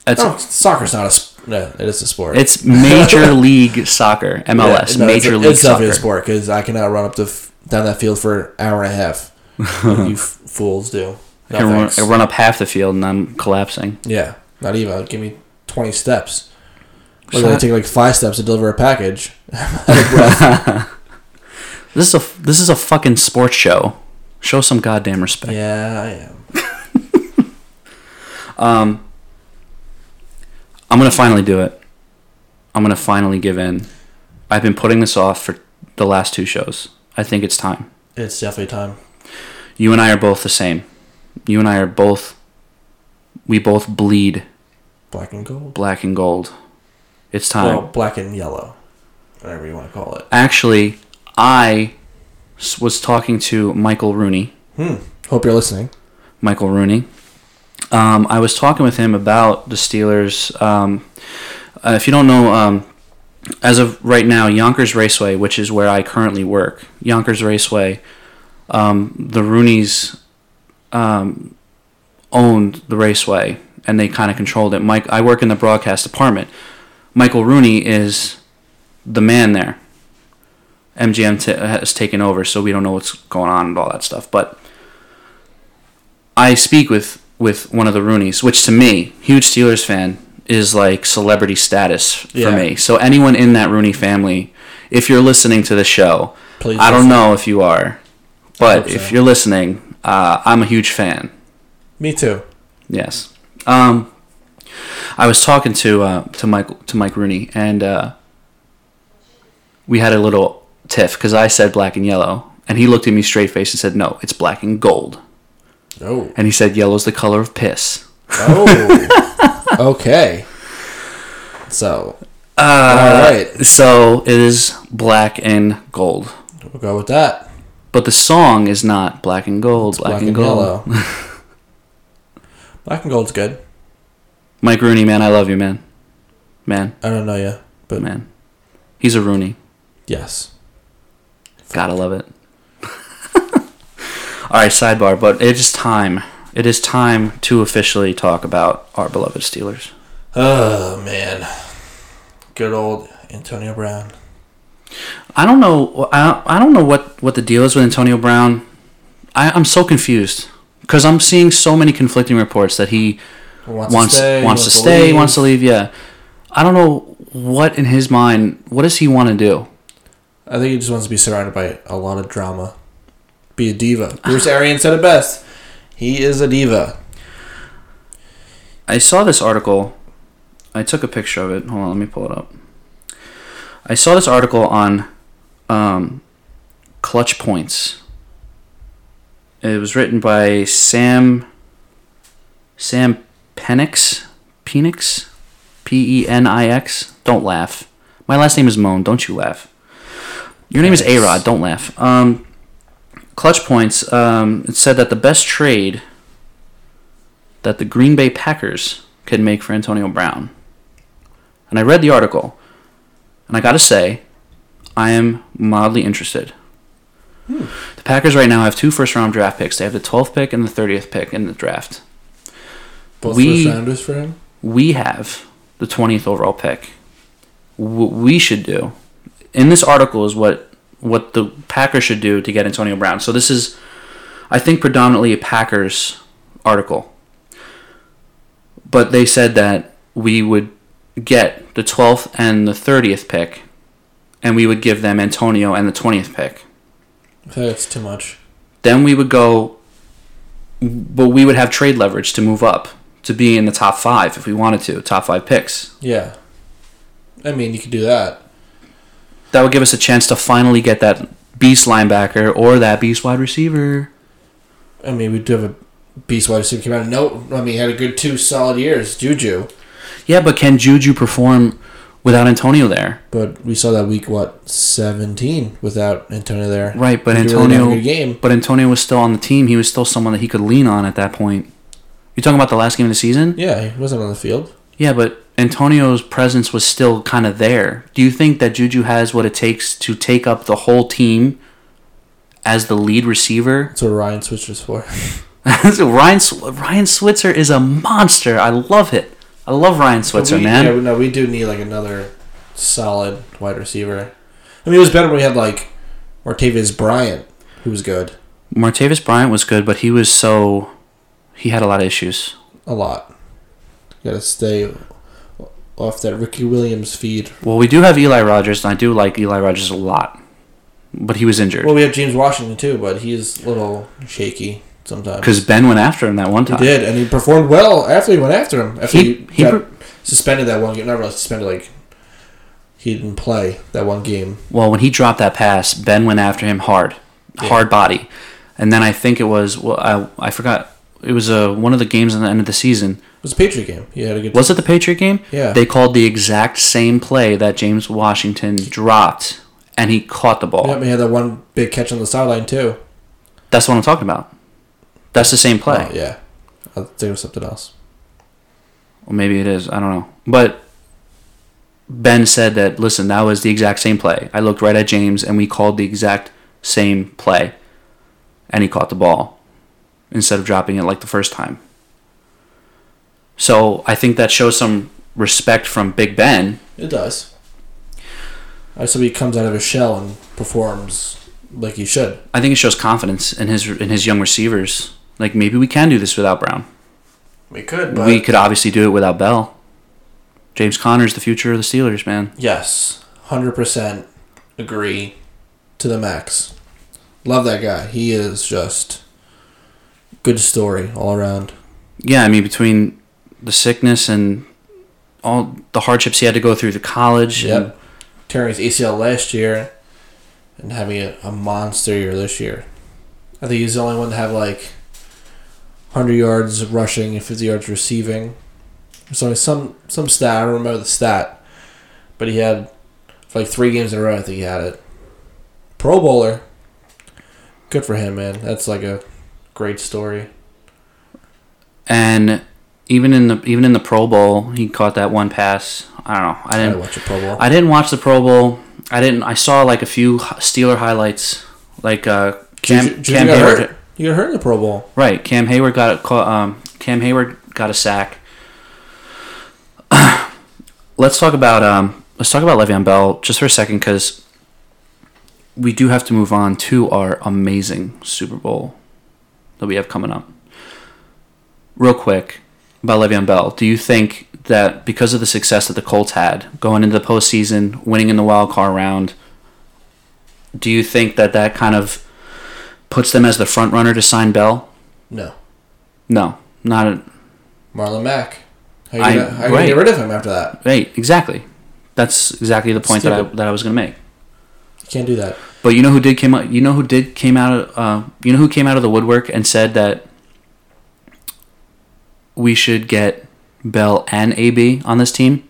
that's
oh, soccer's not a. Sp- no, it is a sport.
it's major <laughs> league soccer,
Yeah,
MLS,
no,
major
it's,
league
It's
soccer.
definitely a sport because I cannot run up to f- down that field for an hour and a
<laughs>
half. like you f- fools do.
I
No,
can run,
thanks.
I run up half the field and I'm collapsing.
yeah, not even. Give me twenty steps. Like,
So-
I take like five steps to deliver a package. <laughs>
This is a this is a fucking sports show. Show some goddamn respect.
Yeah, I am.
Um, I'm gonna finally do it. I'm gonna finally give in. I've been putting this off for the last two shows. I think it's time.
It's definitely time.
you and I are both the same. You and I are both We both bleed
Black and gold.
black and gold. It's time.
Well, black and yellow. Whatever you want to call it.
Actually, I s- was talking to Michael Rooney.
Hope you're listening.
Michael Rooney. Um, I was talking with him about the Steelers. Um, uh, if you don't know, um, as of right now, Yonkers Raceway, which is where I currently work, Yonkers Raceway, um, the Rooneys um, owned the raceway and they kind of controlled it. Mike, I work in the broadcast department. Michael Rooney is the man there. MGM t- has taken over, so we don't know what's going on and all that stuff. But I speak with with one of the Rooneys, which to me, huge Steelers fan, is like celebrity status for
Yeah.
me. So anyone in that Rooney family, if you're listening to the show,
Please
I
listen.
don't know if you are, but
hope
if
so.
you're listening, uh, I'm a huge fan.
Me too.
Yes. Um, I was talking to uh, to Michael to Mike Rooney, and uh, we had a little tiff because I said black and yellow, and he looked at me straight faced and said, "No, it's black and gold."
Oh.
And he said, "Yellow's the color of piss."
Oh. <laughs> okay. So. All right.
Uh, So it is black and gold,
We'll go with that.
but the song is not black and gold. Black,
Black
and,
and
gold.
yellow. <laughs> Black and gold's good.
Mike Rooney, man, I love you, man, man,
I don't know you, but
man. He's a Rooney.
yes.
Gotta love it. <laughs> All right, sidebar, but it is time. It is time to officially talk about our beloved Steelers.
Oh man. Good old Antonio Brown.
I don't know. I I don't know what what the deal is with Antonio Brown. I, I'm so confused because I'm seeing so many conflicting reports that he
Wants,
wants
stay,
wants to stay,
leave.
wants to leave. Yeah, I don't know what in his mind. What does he want to do?
I think he just wants to be surrounded by a lot of drama. Be a diva.
Ah.
Bruce Arian said it best. He is a diva.
I saw this article. I took a picture of it. Hold on, let me pull it up. I saw this article on um, clutch points. It was written by Sam Sam Penix Penix P E N I X. Don't laugh. My last name is Moan. Don't you laugh. Your name is
Penix.
A Rod. Don't laugh. Um, clutch points. Um, it said that the best trade that the Green Bay Packers could make for Antonio Brown. And I read the article, and I gotta say, I am mildly interested. The Packers right now have two first round draft picks. They have the 12th pick and the 30th pick in the draft.
Both
We-
first rounders for him.
We have the 20th overall pick. What we should do in this article is what what the Packers should do to get Antonio Brown. So this is I think predominantly a Packers article. But they said that we would get the 12th and the 30th pick and we would give them Antonio and the 20th pick.
I think that's too much.
then we would go but we would have trade leverage to move up to be in the top five if we wanted to top five picks
Yeah. I mean, you could do that.
that would give us a chance to finally get that beast linebacker or that beast wide receiver
I mean, we do have a beast wide receiver came out. No, I mean, he had a good two solid years, Juju.
yeah but can juju perform without antonio there
But we saw that week what seventeen without Antonio there.
right but
He really didn't have a
antonio
good game.
but antonio was still on the team he was still someone that he could lean on at that point you're talking about the last game of the season
Yeah, he wasn't on the field.
Yeah, but Antonio's presence was still kind of there. Do you think that Juju has what it takes to take up the whole team as the lead receiver?
That's what Ryan switches for.
<laughs> So Ryan Sw- Ryan Switzer is a monster. I love it. I love Ryan Switzer,
we,
man.
Yeah, no, we do need like another solid wide receiver. I mean, it was better when we had like Martavius Bryant, who was good
Martavis Bryant was good, but he was so he had a lot of issues.
a lot. Got to stay off that Ricky Williams feed.
Well, we do have Eli Rogers, and I do like Eli Rogers a lot, but he was injured
Well, we have James Washington too, but he's a little shaky sometimes.
because Ben went after him that one
He
time.
did, and he performed well after he went after him. After
He-
he,
he
got
per-
suspended that one game, not really suspended, like he didn't play that one game.
Well, when he dropped that pass, Ben went after him hard, hard body, and then I think it was well, I I forgot it was uh, one of the games on the end of the season.
It was a Patriot game. You had a good.
Was it the Patriot game?
Yeah.
They called the exact same play that James Washington dropped, and he caught the ball.
Yeah, we had that one big catch on the sideline too.
That's what I'm talking about. That's the same play.
Oh, yeah. I think it was something else.
Well, maybe it is. I don't know. But Ben said that, listen, that was the exact same play. I looked right at James and we called the exact same play. And he caught the ball instead of dropping it like the first time. So I think that shows some respect from Big Ben.
It does. I so he comes out of his shell and performs like he should.
I think it shows confidence in his in his young receivers. Like maybe we can do this without Brown.
We could,
we could obviously do it without Bell. James Conner's the future of the Steelers, man.
yes, hundred percent agree to the max. Love that guy. He is just good story all around.
yeah, I mean, between the sickness and all the hardships he had to go through to college. and-
Yep. Tearing his ACL last year and having a, a monster year this year. I think he's the only one to have like 100 yards rushing and 50 yards receiving. So some some stat, I don't remember the stat, but he had for like three games in a row, I think he had it. Pro Bowler. Good for him, man. That's like a great story.
and even in the even in the Pro Bowl, he caught that one pass. I don't know. I
I
didn't.
watch a Pro Bowl.
I didn't watch the Pro Bowl. I didn't. I saw like a few h- Steeler highlights, like uh, Cam
Juju- Juju
Cam
got
Hayward.
hurt. You got hurt in the Pro Bowl.
Right, Cam Hayward got a ca- um, Cam Hayward got a sack. <clears throat> let's talk about um, let's talk about Le'Veon Bell just for a second because we do have to move on to our amazing Super Bowl that we have coming up. Real quick about Le'Veon Bell, do you think that because of the success that the Colts had going into the postseason, winning in the wild card round, do you think that that kind of puts them as the front runner to sign Bell?
No.
No, not a,
Marlon Mack. How you
I-
gonna, how you gonna
right.
get rid of him after that?
right. Exactly. That's exactly the point that I,
Stupid.
that I was going to make.
Can't do that.
But you know who did came out? You know who did came out? Of, uh, you know who came out of the woodwork and said that we should get Bell and AB on this team?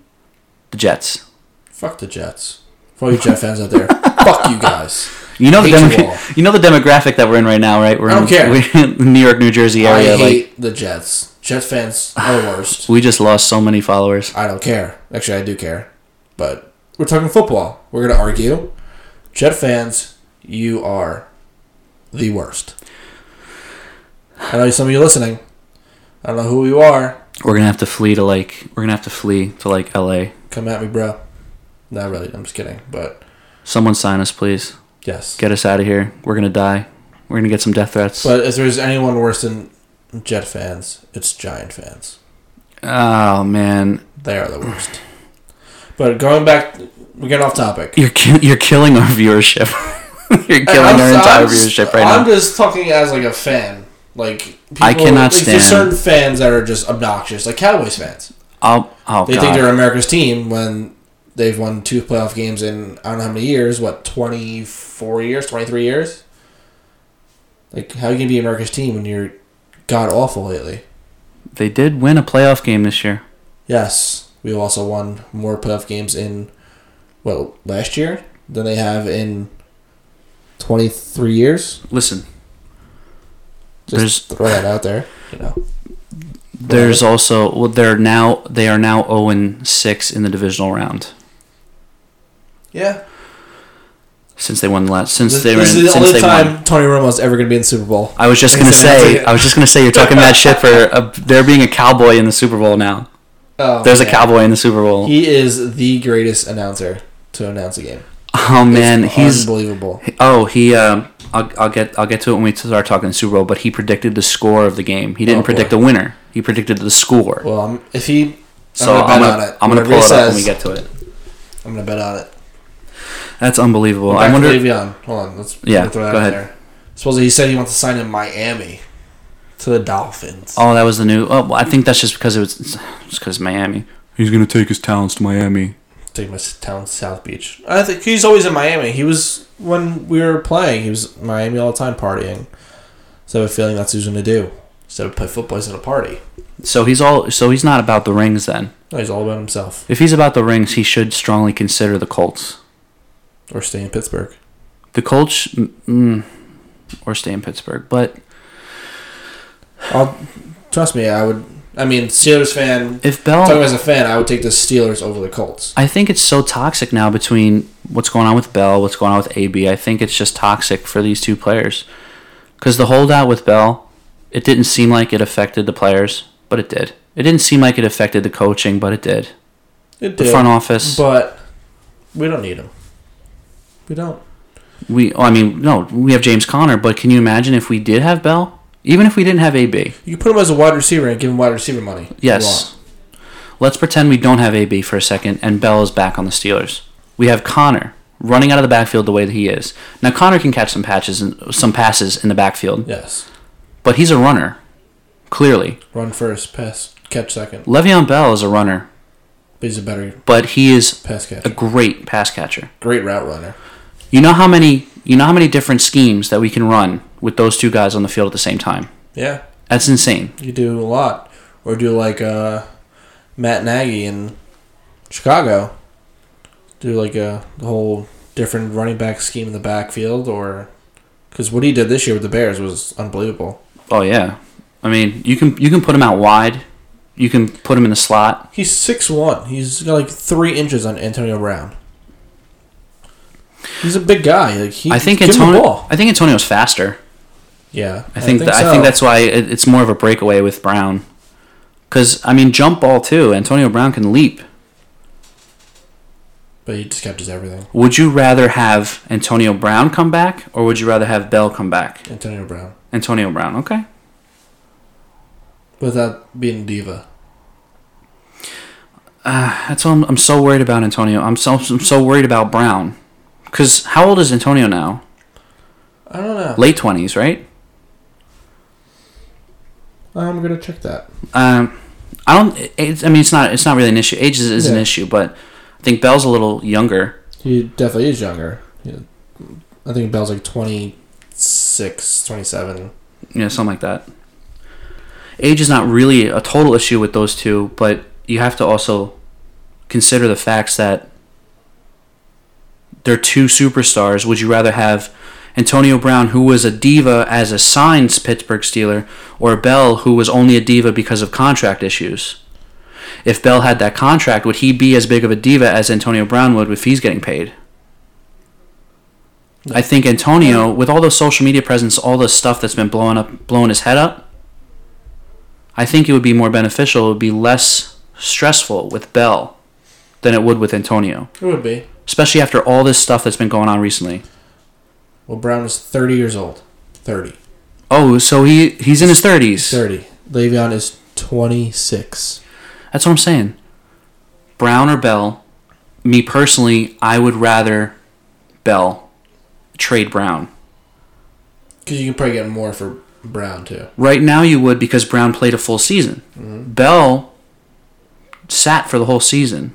The Jets.
Fuck the Jets. For all you Jet fans out there, fuck you guys.
You know the
Hate you
demo-
all.
you, know the demographic that we're in right now, right? We're
I don't
in,
care.
We're in <laughs> New York, New Jersey
I
area. like
hate the Jets. Jets fans are the worst.
we just lost so many followers.
I don't care. Actually, I do care. But we're talking football. We're gonna argue. Jet fans, you are the worst. I know some of you listening. I don't know who you are.
We're gonna have to flee to like we're gonna have to flee to like L.A.
Come at me, bro. Not really. I'm just kidding. But
Someone sign us, please.
yes.
get us out of here. We're gonna die. We're gonna get some death threats.
But if there's anyone worse than Jet fans, it's Giant fans.
oh man,
They are the worst. But going back, we're getting off topic.
you're ki- you're killing our viewership. <laughs> you're killing our entire viewership right
I'm
now.
just talking as like a fan. Like people,
I
like,
cannot stand-
There's certain fans that are just obnoxious, like Cowboys fans.
Oh, oh
They think
god.
they're America's team when they've won two playoff games in I don't know how many years. What twenty four years, twenty three years? Like how you can be America's team when you're god awful lately?
They did win a playoff game this year.
Yes, we've also won more playoff games in well last year than they have in twenty three years.
Listen,
Just throw that out there. You know,
there's also well, they're now they are now zero and six in the divisional round
yeah.
since they won the last since
This,
they were in,
this is the
since
only
they
time
won.
Tony Romo's ever going to be in the Super Bowl.
I was just gonna
Listen, that's
say,
it.
I was just gonna say, you're talking that shit for a, there being a cowboy in the Super
<laughs>
Bowl now.
Oh,
There's a
man.
cowboy in the Super Bowl.
He is the greatest announcer to announce a game.
oh man,
It's
he's
unbelievable.
Oh, he. Um, I'll, I'll get I'll get to it when we start talking Super Bowl. But he predicted the score of the game. He didn't
Oh, boy.
predict the winner. He predicted the score.
Well, I'm, if he,
so
I'm gonna
I'm
bet
gonna,
on it.
I'm gonna
Whatever
pull
he
it up when
says.
we get to it.
I'm going to bet on it.
That's unbelievable.
Back
I
to
wonder.
Le'Veon. Hold on. Let's
Yeah,
let's throw that
go
out
ahead.
there. Supposedly he said he wants to sign in Miami to the Dolphins.
Oh, that was the new. Oh, well, I think that's just because it was just because Miami.
He's going to take his talents to Miami.
Take my town South Beach. I think he's always in Miami. He was when we were playing. He was in Miami all the time partying. So I have a feeling that's what he's going to do. instead of play football, he's at a party.
So he's all. So he's not about the rings then.
No, he's all about himself.
If he's about the rings, he should strongly consider the Colts.
Or stay in Pittsburgh.
The Colts, mm, mm, or stay in Pittsburgh. But
I'll, trust me, I would. I mean, Steelers fan.
if
Talking
Bell,
as a fan, I would take the Steelers over the Colts.
I think it's so toxic now between what's going on with Bell, what's going on with AB. I think it's just toxic for these two players. Because the holdout with Bell, it didn't seem like it affected the players, but it did. It didn't seem like it affected the coaching, but it did.
It
The front office.
but we don't need him. We don't.
We, I mean, no, we have James Conner, but can you imagine if we did have Bell? Even if we didn't have AB,
You can put him as a wide receiver and give him wide receiver money. if you want.
yes. Let's pretend we don't have AB for a second, and Bell is back on the Steelers. We have Connor running out of the backfield the way that he is. Now Connor can catch some patches and some passes in the backfield,
Yes.
but he's a runner. Clearly,
Run first, pass, catch second.
Le'Veon Bell is a runner,
But he's a better
but he is
pass
a
catcher.
great pass catcher.
Great route runner.
You know how many you know how many different schemes that we can run with those two guys on the field at the same time.
Yeah,
That's insane.
you do a lot. Or do like uh, Matt Nagy in Chicago. Do like a whole different running back scheme in the backfield. Or. Because what he did this year with the Bears was unbelievable.
Oh yeah, I mean you can you can put him out wide, you can put him in the slot.
He's six one. He's got like three inches on Antonio Brown. He's a big guy. Like he,
I think
give him the
Antonio.
ball.
I think Antonio's faster.
Yeah,
I think tha- I think that's why it, it's more of a breakaway with Brown, because I mean jump ball too. Antonio Brown can leap.
But he just catches everything.
Would you rather have Antonio Brown come back or would you rather have Bell come back?
Antonio Brown
Antonio Brown, okay.
without being a diva.
That's all. I'm, I'm so worried about Antonio. I'm so I'm so worried about Brown, because how old is Antonio now?
I don't know.
Late twenties, right?
I'm gonna check that.
Um, I don't. It's, I mean, it's not. It's not really an issue. Age is, is an
Yeah.
issue, but I think Bell's a little younger.
He definitely is younger. Yeah. I think Bell's like 26, 27.
You know, something like that. Age is not really a total issue with those two, but you have to also consider the facts that they're two superstars. Would you rather have Antonio Brown, who was a diva as a signed Pittsburgh Steeler, or Bell, who was only a diva because of contract issues? If Bell had that contract, would he be as big of a diva as Antonio Brown would if he's getting paid? I think Antonio, with all the social media presence, all the stuff that's been blowing up, blowing his head up, I think it would be more beneficial. It would be less stressful with Bell than it would with Antonio
It would be.
especially after all this stuff that's been going on recently.
Well, Brown is 30 years old. 30.
Oh, so he he's in his thirties.
30. Le'Veon is 26.
That's what I'm saying. Brown or Bell? Me personally, I would rather Bell trade Brown.
Because you can probably get more for Brown, too.
Right now, you would because Brown played a full season. Bell sat for the whole season,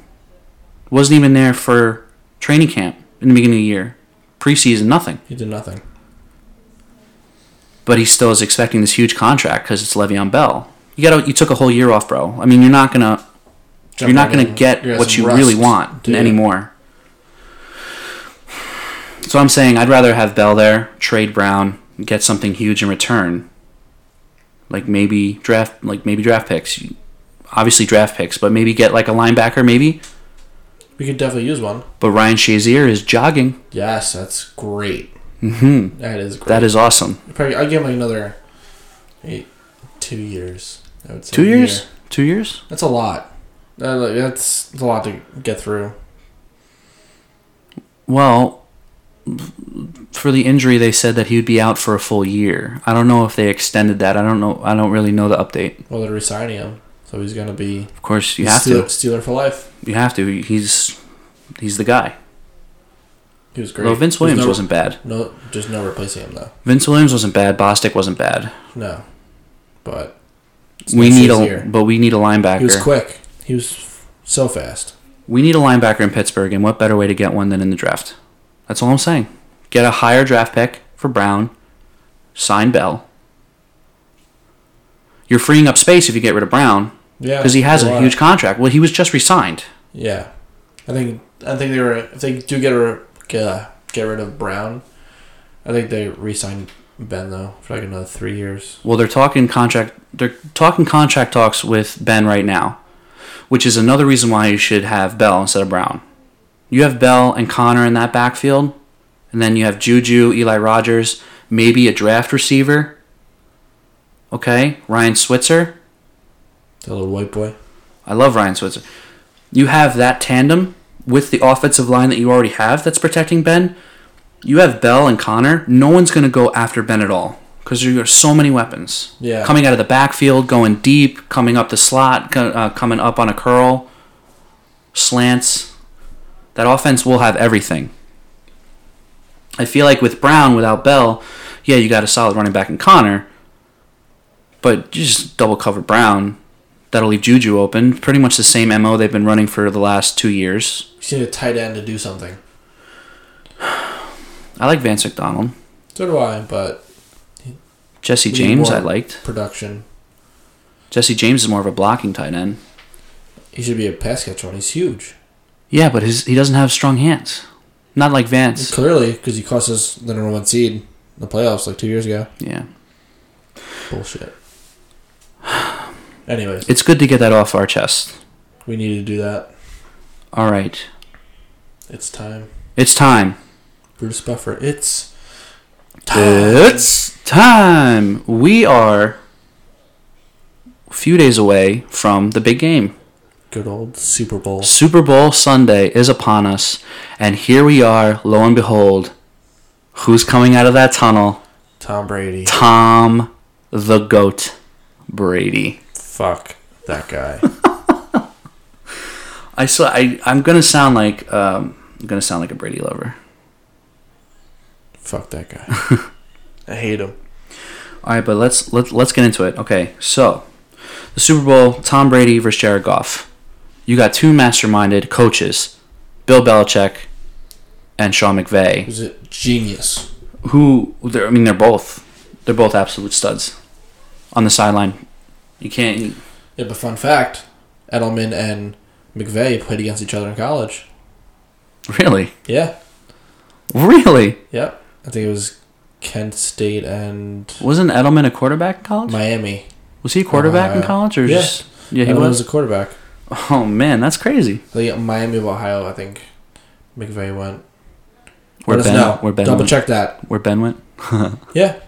wasn't even there for training camp in the beginning of the year, preseason, nothing.
He did nothing.
but he still is expecting this huge contract because it's Le'Veon Bell. You got you took a whole year off, bro. I mean, you're not gonna
Jump
you're not
right
gonna
in.
get
got
what
some
you
rust,
really want
dude.
anymore. So I'm saying I'd rather have Bell there, trade Brown, get something huge in return. Like maybe draft, like maybe draft picks. Obviously draft picks, but maybe get like a linebacker, maybe.
We could definitely use one.
But Ryan Shazier is jogging.
Yes, that's great.
Mm-hmm.
That is great.
That is awesome.
Probably, I'd give him like another eight, two years. I would say
Two
a
years.
year.
Two years.
That's a lot. Uh, like, That's, that's a lot to get through.
Well, f- for the injury, they said that he would be out for a full year. I don't know if they extended that. I don't know. I don't really know the update.
Well, they're resigning him, so he's gonna be
Of course, you have
Steeler,
to.
Steeler for life.
You have to. He's he's the guy.
He was great.
Well, Vince
There's
Williams
no,
wasn't bad.
No, there's no replacing him though.
Vince Williams wasn't bad. Bostic wasn't bad.
No, but it's
We
not
need
his
a
year.
but we need a
He was
linebacker.
quick. He was so fast.
We need a linebacker in Pittsburgh, and what better way to get one than in the draft? That's all I'm saying. Get a higher draft pick for Brown. Sign Bell. You're freeing up space if you get rid of Brown
Yeah,
because he has a
lot.
huge contract. Well, he was just re-signed.
Yeah, I think I think they were if they do get rid uh, get rid of Brown, I think they re-signed Ben though for like another three years.
Well, they're talking contract. They're talking contract talks with Ben right now, which is another reason why you should have Bell instead of Brown. You have Bell and Connor in that backfield, and then you have Juju, Eli Rogers, maybe a draft receiver. Okay, Ryan Switzer.
That little white boy.
I love Ryan Switzer. You have that tandem with the offensive line that you already have that's protecting Ben. You have Bell and Connor. No one's going to go after Ben at all because there are so many weapons.
Yeah.
Coming out of the backfield, going deep, coming up the slot, co- uh, coming up on a curl, slants. That offense will have everything. I feel like with Brown, without Bell, yeah, you got a solid running back in Connor, but you just double cover Brown. That'll leave Juju open. Pretty much the same MO they've been running for the last two years.
You just need a tight end to do something.
I like Vance McDonald.
So do I, but
Jesse
We
James, I
want-
liked.
production.
Jesse James is more of a blocking tight end.
He should be a pass catcher. and He's huge.
Yeah, but his, he doesn't have strong hands. Not like Vance.
Clearly, because he cost us the number one seed in the playoffs like two years ago.
Yeah.
Bullshit. <sighs> Anyways,
It's good to get that off our chest.
we need to do that.
All right.
It's time.
It's time.
Brutus Buffer. It's
It's time. We are a few days away from the big game.
good old Super Bowl.
Super Bowl Sunday is upon us, and here we are, lo and behold. Who's coming out of that tunnel?
Tom Brady.
Tom the GOAT Brady.
Fuck that <laughs> guy.
I saw I I'm gonna sound like um I'm gonna sound like a Brady lover.
Fuck that guy. I hate him.
All right, but let's let let's get into it. Okay, so the Super Bowl: Tom Brady versus Jared Goff. You got two masterminded coaches, Bill Belichick and Sean McVay,
He's a genius.
who they're, I mean they're both they're both absolute studs on the sideline. You can't.
Yeah, but fun fact: Edelman and McVeigh played against each other in college.
Really?
Yeah.
Really?
Yep. I think it was Kent State and
Wasn't Edelman a quarterback in college?
Miami.
Was he a quarterback in
Uh,
college or
yeah.
just yeah he
Edelman
was?
was a quarterback.
Oh man, that's crazy.
I think Miami of Ohio. I think McVeigh went.
Where
Let us
Ben,
know.
where ben
Double
went.
check that.
Where Ben went? <laughs>
Yeah.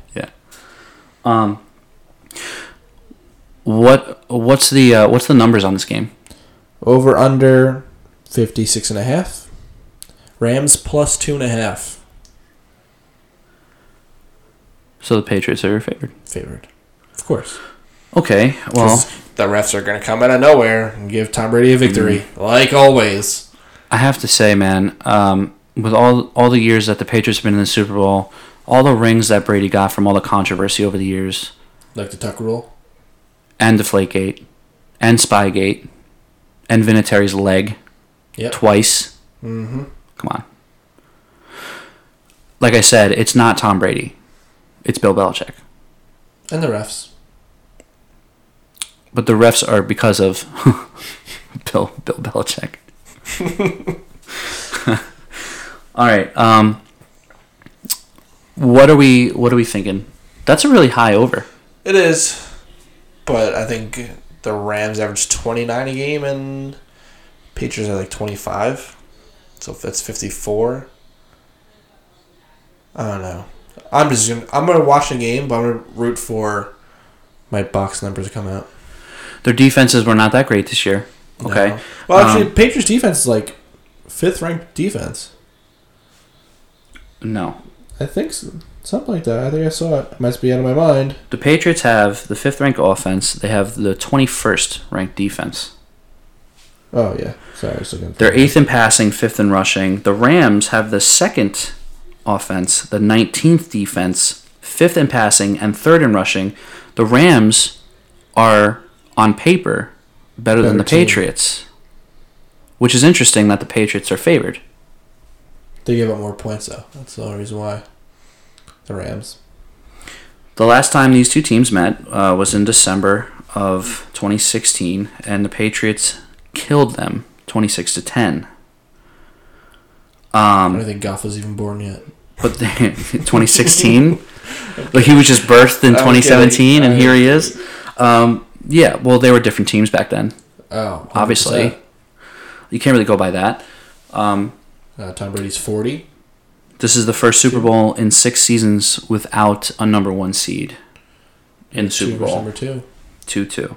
Um, what what's the uh, what's the numbers on this game?
Over under fifty six and a half. Rams plus two and a half
So the Patriots are favored.
favored. Of course.
Okay, well
'Cause the refs are going to come out of nowhere and give Tom Brady a victory,
Mm-hmm.
like always.
I have to say, man, um, with all all the years that the Patriots have been in the Super Bowl, all the rings that Brady got from all the controversy over the years,
Like the Tuck rule.
and Deflategate, and Spygate, and Vinatieri's leg
Yep.
twice.
Mm-hmm.
Come on. Like I said, it's not Tom Brady, it's Bill Belichick.
And the refs.
but the refs are because of <laughs> Bill Bill Belichick. <laughs> All right. Um, what are we What are we thinking? That's a really high over.
It is, but I think the Rams average twenty nine a game, and Patriots are like twenty five, so if that's fifty four. I don't know. I'm just gonna I'm gonna watch the game, but I'm gonna root for my box numbers to come out.
Their defenses were not that great this year. Okay.
No. Well, actually, Patriots defense is like fifth ranked defense.
No,
I think so. something like that. I think I saw it. Must be out of my mind.
the Patriots have the fifth ranked offense. They have the twenty first ranked defense.
Oh yeah. Sorry, I was looking.
They're eighth in passing, fifth in rushing. The Rams have the second offense, the 19th defense, fifth in passing, and third in rushing. The Rams are, on paper, better, than
Better
the
team.
Patriots, which is interesting that the Patriots are favored.
They gave up more points though. That's the only reason why. The Rams.
The last time these two teams met uh, was in December of 2016, and the Patriots killed them 26 to 10.
I
Um,
don't think Goff was even born yet.
but they, 2016, like he was just birthed in
I'm
2017, and
kidding.
here he is. Um, yeah, well, they were different teams back then.
Oh, 100%.
Obviously. You can't really go by that. Um,
Uh, Tom Brady's 40.
This is the first Super Bowl in six seasons without a number one seed in the
Super
Super Bowl.
number two.
Two two.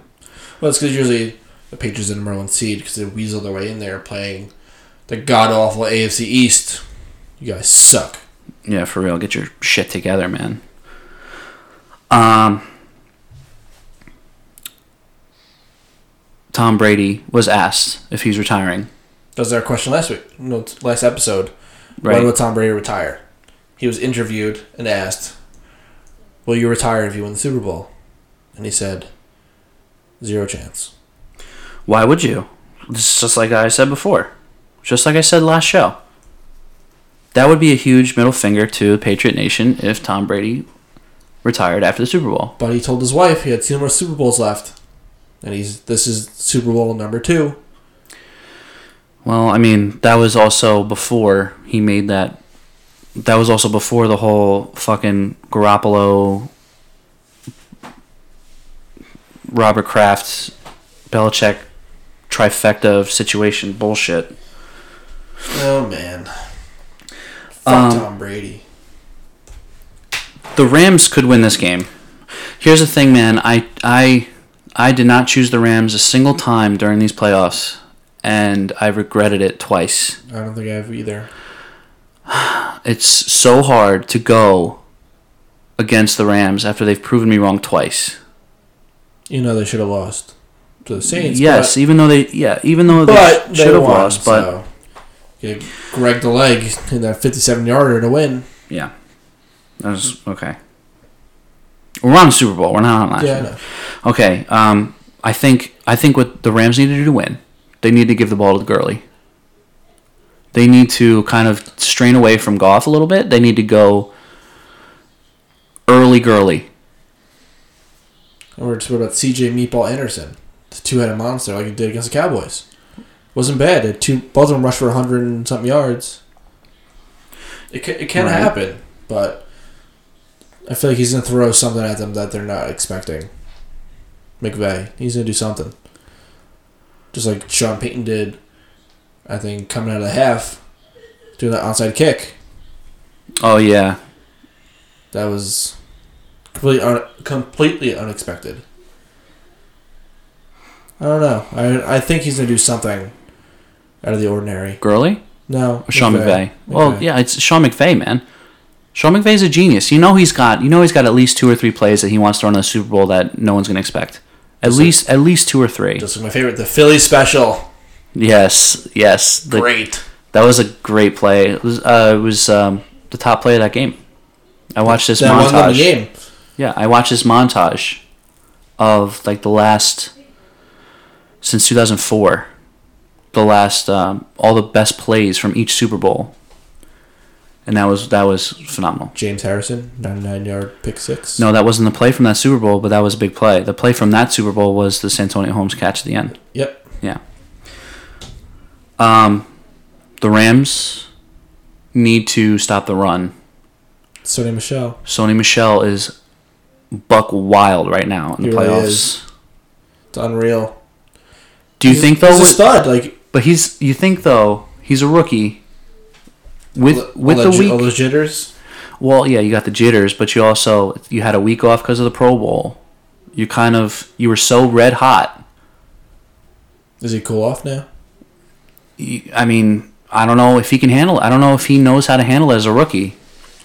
Well, it's because usually the Patriots are number one seed because they weasel their way in there playing the god awful AFC East. You guys suck.
Yeah, for real. Get your shit together, man. Um, Tom Brady was asked if he's retiring.
That was our question last week. No, t- last episode. When
Right.
will Tom Brady retire? He was interviewed and asked, "Will you retire if you win the Super Bowl?" And he said, zero chance."
Why would you? This is just like I said before. Just like I said last show. That would be a huge middle finger to Patriot Nation if Tom Brady retired after the Super Bowl.
But he told his wife he had two more Super Bowls left, and he's this is Super Bowl number two.
Well, I mean, that was also before he made that. That was also before the whole fucking Garoppolo, Robert Kraft, Belichick trifecta of situation bullshit.
Oh man, fuck
Um,
Tom Brady.
The Rams could win this game. Here's the thing, man. I I I did not choose the Rams a single time during these playoffs, and I regretted it twice.
I don't think I have either.
It's so hard to go against the Rams after they've proven me wrong twice.
You know they should have lost to the Saints.
yes, even though they yeah, even though
but,
they
but
sh-
they
should have
won,
lost, but
so. Give Greg the leg in that fifty-seven yarder to win.
yeah. That was okay. We're on the Super Bowl. We're not on last.
Yeah, I
year.
know.
Okay. Um I think I think what the Rams need to do to win, they need to give the ball to Gurley. They need to kind of strain away from Goff a little bit. They need to go early Gurley.
And we're just what about CJ Meatball Anderson, the two-headed monster like he did against the Cowboys. Wasn't bad. Had two, both of them rushed for hundred and something yards. It can, it can
Right.
happen, but I feel like he's gonna throw something at them that they're not expecting. McVay, he's gonna do something, just like Sean Payton did. I think coming out of the half, doing that onside kick.
Oh yeah.
That was completely un- completely unexpected. I don't know. I I think he's gonna do something out of the ordinary.
Gurley?
No,
Sean McVay. Well,
McVay.
yeah, it's Sean McVay, man. Sean McVay's a genius. You know he's got you know he's got at least two or three plays that he wants to run in the Super Bowl that no one's going to expect. At least at least two or three.
Just like my favorite, the Philly special.
yes, yes. The-
Great.
That was a great play. It was, uh, it was um, the top play of that game. I watched this
That won them the
montage.
game.
Yeah, I watched this montage of like the last since 2004, the last um, all the best plays from each Super Bowl, and that was that was phenomenal.
James Harrison, ninety-nine yard pick six.
No, that wasn't the play from that Super Bowl, but that was a big play. The play from that Super Bowl was the Santonio Holmes catch at the end.
Yep.
Um, the Rams need to stop the run.
Sonny Michelle.
Sony Michelle is buck wild right now in the
He really
playoffs.
is. It's unreal.
Do you
He's-
think though?
he's a
with-
stud? Like
But he's you think though he's a rookie with
all
with
that
the
j- all
week.
those jitters.
Well, yeah, you got the jitters, but you also you had a week off because of the Pro Bowl. You kind of you were so red hot.
Is he cool off now?
You, I mean, I don't know if he can handle. it. I don't know if he knows how to handle it as a rookie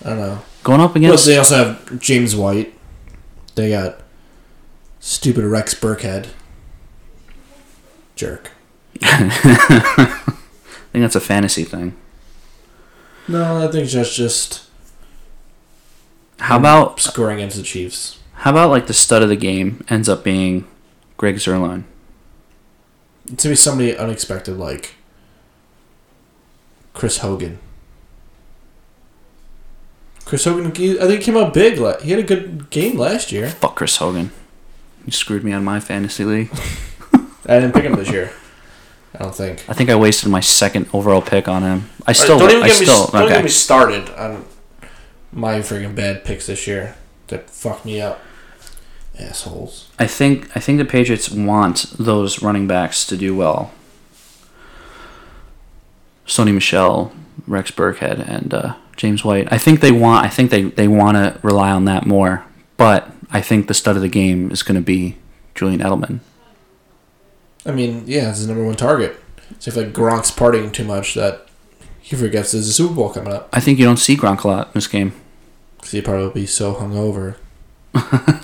I don't know.
going up
Plus,
<laughs> against.
they also have James White. They got stupid Rex Burkhead. Jerk.
I think that's a fantasy thing.
No, I think that's just Mm-hmm.
How about
scoring against the Chiefs.
how about like the stud of the game ends up being Greg Zerline?
It's gonna be somebody unexpected like Chris Hogan. Chris Hogan, he- I think he came out big. la- He had a good game last year.
Fuck Chris Hogan. You screwed me on my fantasy league.
I didn't pick him this year. I don't think.
I think I wasted my second overall pick on him. I still,
don't even
I
get
still,
me. Don't
okay.
get me started on my freaking bad picks this year that fucked me up. Assholes.
I think I think the Patriots want those running backs to do well. Sony Michelle, Rex Burkhead, and uh, James White. I think they want. I think they, they want to rely on that more. But I think the stud of the game is going to be Julian Edelman.
I mean, yeah, it's his number one target. So if like Gronk's partying too much, that he forgets there's a Super Bowl coming up.
I think you don't see Gronk a lot in this game.
Because he probably will be so hungover.
<laughs>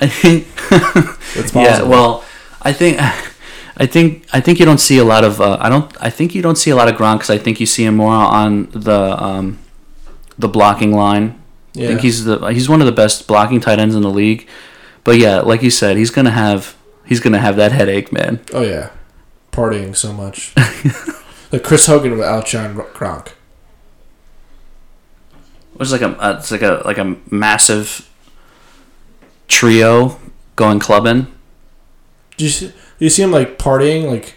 I think
It's possible.
Yeah, well, I think, <laughs> I think, I think you don't see a lot of. Uh, I don't. I think you don't see a lot of Gronk because I think you see him more on the um, the blocking line. I think he's the he's one of the best blocking tight ends in the league. But yeah, like you said, he's gonna have he's gonna have that headache, man.
Oh yeah, partying so much. <laughs> like Chris Hogan would outshine Ro- Gronk.
It's like a uh, it's like a like a massive trio going clubbing.
Do you see, do you see him like partying like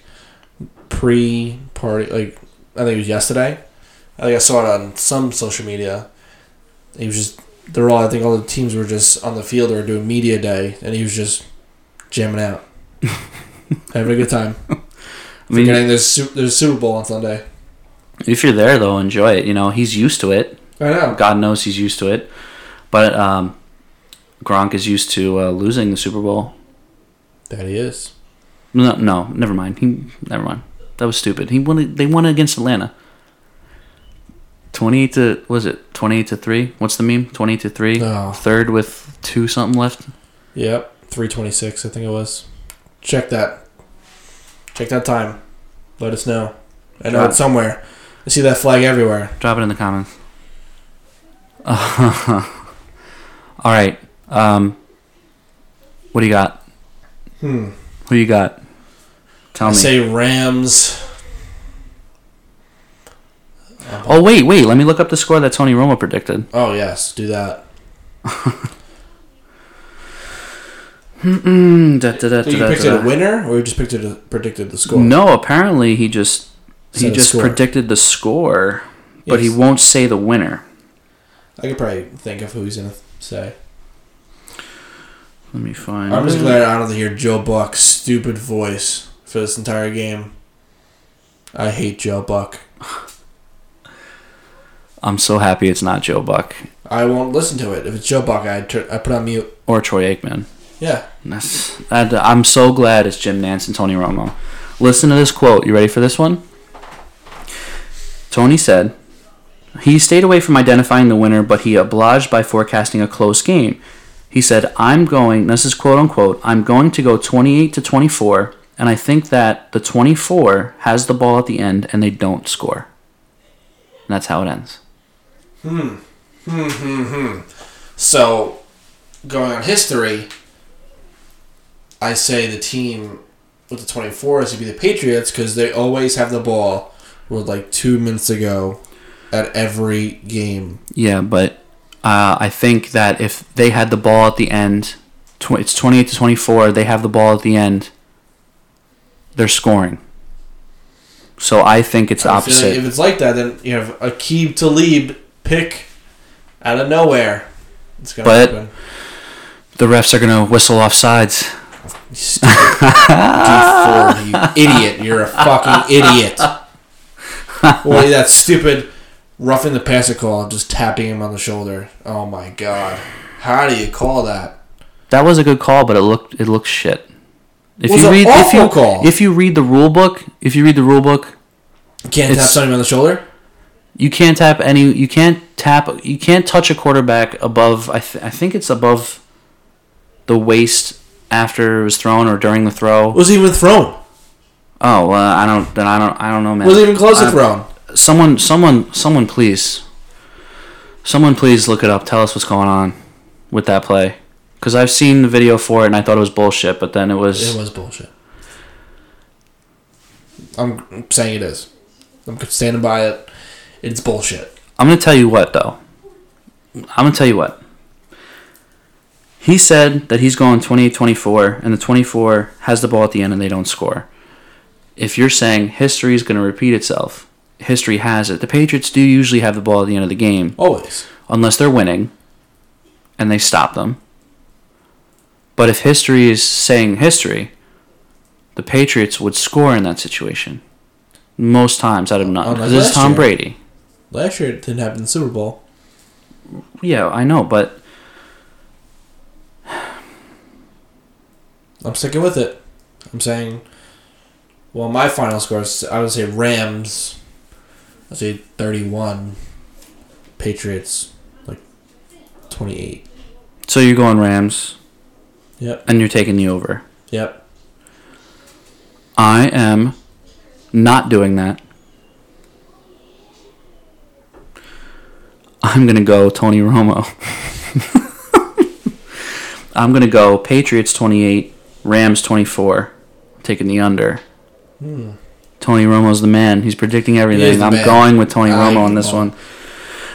pre party like I think it was yesterday. I think I saw it on some social media. He was just they're all I think all the teams were just on the field or doing media day and he was just jamming out. Having a good time.
I mean,
Forgetting there's Su- there's Super Bowl on Sunday.
if you're there though, enjoy it. You know, he's used to it.
I know.
God knows he's used to it. But um, Gronk is used to uh, losing the Super Bowl.
That he is.
No, no, never mind. He, never mind. That was stupid. He won. They won against Atlanta. Twenty-eight to was it twenty-eight to three? What's the meme? Twenty-eight to three.
Oh.
Third with two something left.
Yep, three twenty six. I think it was. Check that. Check that time. Let us know. I know it's somewhere. I see that flag everywhere.
Drop it in the comments. <laughs> all right. Um, what do you got?
Hmm.
Who you got? Tell
I
me.
say Rams. Uh,
oh wait, wait. Let me look up the score that Tony Romo predicted.
oh yes, do that.
Mm, da, da, da,
So you
da,
picked
da,
it a
da.
winner, or you just picked it a, predicted the score?
No, apparently he just he
Said a
just
score.
predicted the score, but he
Yes.
won't say the winner.
I could probably think of who he's gonna say.
Let me find.
I'm just
it.
glad I don't hear Joe Buck's stupid voice for this entire game. I hate Joe Buck.
I'm so happy it's not Joe Buck
I won't listen to it. If it's Joe Buck, I tur I put on mute.
or Troy Aikman.
Yeah.
That's, that, I'm so glad it's Jim Nance and Tony Romo. Listen to this quote. You ready for this one? Tony said, He stayed away from identifying the winner, but he obliged by forecasting a close game. He said, I'm going, this is quote unquote, I'm going to go 28 to 24, and I think that the 24 has the ball at the end and they don't score. And that's how it ends.
Mm-hmm. So, going on history, I say the team with the 24 is to be the Patriots because they always have the ball with like two minutes to go at every game.
Yeah, but uh, I think that if they had the ball at the end, tw- it's 28 to 24, they have the ball at the end, they're scoring. So I think it's the
I feel like
opposite.
if it's like that, then you have Akib Talib pick out of nowhere. It's gonna
But-
happen.
The refs are going to whistle off sides.
You stupid <laughs> D4, you idiot. You're a fucking idiot. Boy, that stupid roughing the passer call, just tapping him on the shoulder. Oh my god. How do you call that?
That was a good call, but it looked it looks shit. If
Was an
if you
awful call.
if you read the rule book, if you read the rule book,
You can't
It's-
tap somebody on the shoulder?
you can't tap any you can't tap you can't touch a quarterback above I, th- I think it's above the waist after it was thrown or during the throw.
Was he even thrown?
Oh, well, I don't. Then I don't. I don't know, man.
Was he even close to
Uh,
thrown?
Someone, someone, someone, please, someone, please look it up. Tell us what's going on with that play, because I've seen the video for it and I thought it was bullshit, but then it was.
It was bullshit. I'm saying it is. I'm standing by it. It's bullshit.
I'm gonna tell you what though. I'm gonna tell you what. He said that he's going 28-24, and the 24 has the ball at the end, and they don't score. If you're saying history is gonna repeat itself, history has it. The Patriots do usually have the ball at the end of the game
Always.
unless they're winning and they stop them. But if history is saying history, the Patriots would score in that situation most times out of none.
Unlike
Because it's
last
Tom
year.
Brady.
Last year it didn't happen in the Super Bowl.
Yeah, I know, but
I'm sticking with it. I'm saying, well, my final score is I would say Rams. I'd say 31. Patriots like 28.
so you're going Rams
Yep.
and you're taking the over.
Yep.
I am not doing that. I'm going to go Tony Romo. <laughs> I'm going to go Patriots 28, Rams 24. Taking the under. Tony Romo's the man. He's predicting
Hmm. He is
everything.
the
I'm
man.
going with Tony
I
Romo
like
on
him
this
all.
one.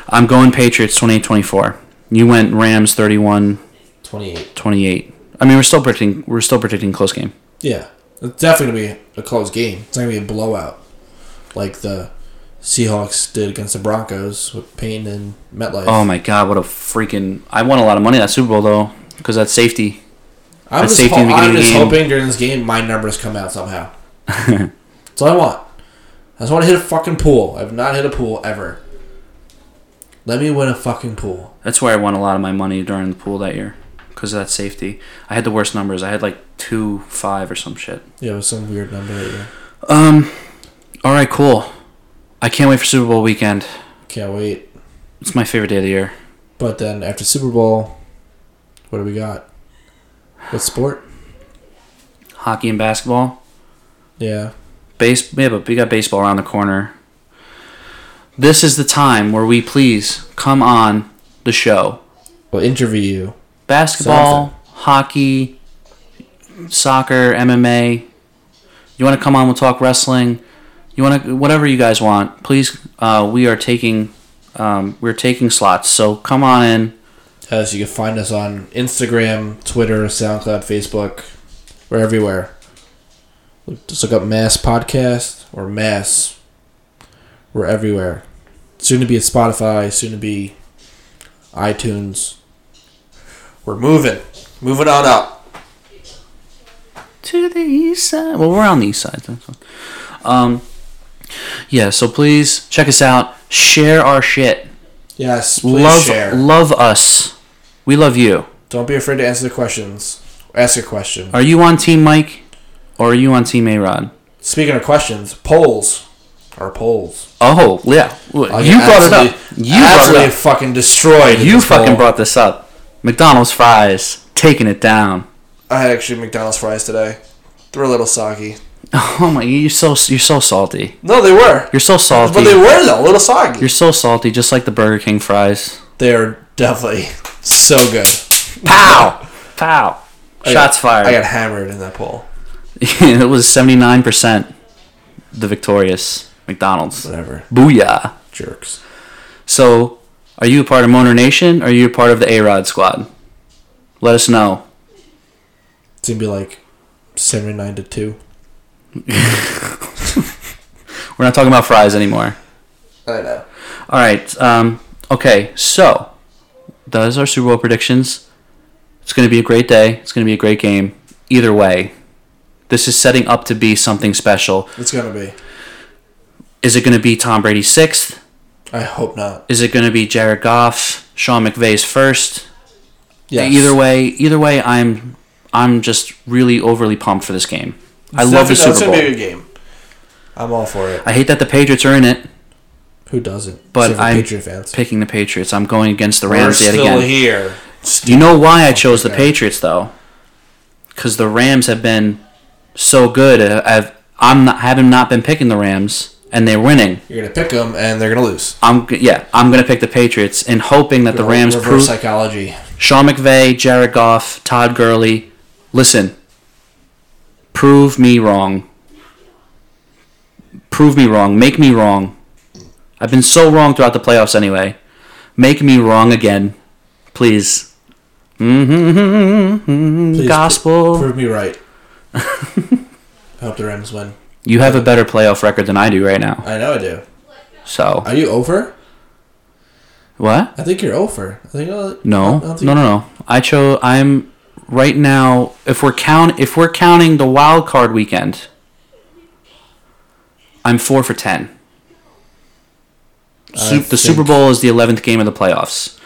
I'm going Patriots 28 24. You went Rams 31
28.
28. I mean, we're still predicting we're still predicting close game.
Yeah. It's definitely going to be a close game. It's not going to be a blowout like the Seahawks did against the Broncos with Payne and MetLife.
Oh my god, what a freaking! I won a lot of money that Super Bowl though, because that's safety.
I'm
That's
just,
safety
ho-
in the beginning
I'm
of the
just
game.
hoping during this game my numbers come out
<laughs>
somehow. That's all I want. I just want to hit a fucking pool. I've not hit a pool ever. Let me win a fucking pool.
That's where I won a lot of my money during the pool that year, because of that safety. I had the worst numbers. I had like two five or some shit.
Yeah, with some weird number. Yeah.
Um, all right, cool. I can't wait for Super Bowl weekend.
Can't wait.
It's my favorite day of the year.
But then after Super Bowl, what do we got? What sport?
Hockey and basketball.
Yeah.
Base. Yeah, but we got baseball around the corner. This is the time where we please come on the show.
We'll interview you.
basketball, hockey, soccer, MMA. You want to come on? We'll talk wrestling. You want to whatever you guys want. Please, uh, we are taking um, we're taking slots. So come on in.
Uh, so you can find us on Instagram, Twitter, SoundCloud, Facebook. We're everywhere. Look- Just look up Mass Podcast or Mass. We're everywhere. Soon to be at Spotify, soon to be iTunes. We're moving. Moving on up.
to the east side. Well, we're on the east side. so it's fine. Um, yeah. So please check us out. Share our shit.
Yes, please
love,
share.
love us. We love you.
Don't be afraid to answer the questions. Ask a question.
Are you on Team Mike, or are you on Team A Rod?
Speaking of questions, polls are polls.
Oh yeah, you
I
brought
get
it up.
absolutely-
You brought it
absolutely
up.
fucking destroyed. in
You
this
fucking
poll.
brought this up. McDonald's fries taking it down. <laughs>
I had actually McDonald's fries today. They were a little soggy.
Oh my, you're so you're so salty.
No, they were.
You're so salty.
But they were though, a little soggy.
You're so salty, just like the Burger King fries.
they are definitely so good.
Pow, <laughs> pow. Shots
I
<laughs> fired.
got hammered in that poll.
it was seventy nine percent. The victorious McDonald's.
Whatever.
Booyah.
Jerks.
So, are you a part of Moner Nation? Or are you a part of the A Rod Squad? Let us know.
It's gonna be like seventy nine to two.
We're not talking about fries anymore.
I know.
All right. Um, okay. So, those are Super Bowl predictions. It's going to be a great day. It's going to be a great game. Either way, this is setting up to be something special.
It's gonna be.
Is it going to be Tom Brady's sixth?
I hope not.
Is it going to be Jared Goff, Sean McVay's first?
Yes.
Either way, either way, I'm I'm just really overly pumped for this game. I love the
It's definitely-
Super
It's gonna be a
Bowl.
good game. I'm all for it.
I hate that the Patriots are in it,
Who doesn't?
But
Except for
I'm
Patriot fans.
picking the Patriots. I'm going against the
We're
Rams yet
still
again.
here.
Do you know why I chose the
Oh, Okay.
Patriots though? Because the Rams have been so good. uh, I've I'm not haven't not been picking the Rams, and they're winning.
You're gonna pick them, and they're gonna lose.
I'm g- yeah. I'm gonna pick the Patriots and hoping that the Rams
reverse
prove
psychology.
Sean McVay, Jared Goff, Todd Gurley. Listen, prove me wrong. Prove me wrong. Make me wrong. I've been so wrong throughout the playoffs anyway. Make me wrong again, please. Mm-hmm.
Please
Gospel.
Prove me right. <laughs> I hope the Rams win.
you have a better playoff record than I do right now.
I know I do.
So
Are you over?
what?
I think you're over. I think uh,
No,
I don't
no,
think-
no, no. I chose. I'm right now. If we're count, if we're counting the wild card weekend, I'm four for ten. Su-
I
the Super
think-
Bowl is the eleventh game of the playoffs,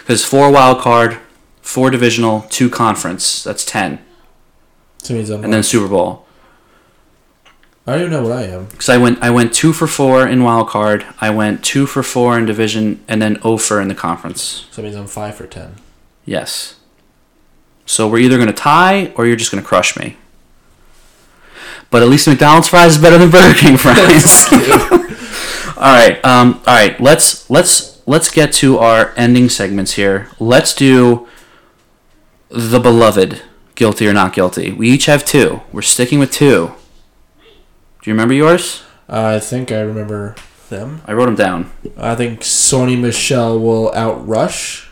because four wild card, four divisional, two conference. That's ten,
To me, it's over.
and then Super Bowl.
I don't even know what I am.
Because I went, I went two for four in wild card. I went two for four in division, and then zero for in the conference.
So that means I'm five for ten.
Yes. So we're either going to tie or you're just going to crush me. But at least McDonald's fries is better than Burger King fries. <laughs> all right. Um, all right. Let's let's let's get to our ending segments here. Let's do the beloved, guilty or not guilty. We each have two. We're sticking with two. Do you remember yours?
I think I remember them.
I wrote them down.
I think Sony Michelle will outrush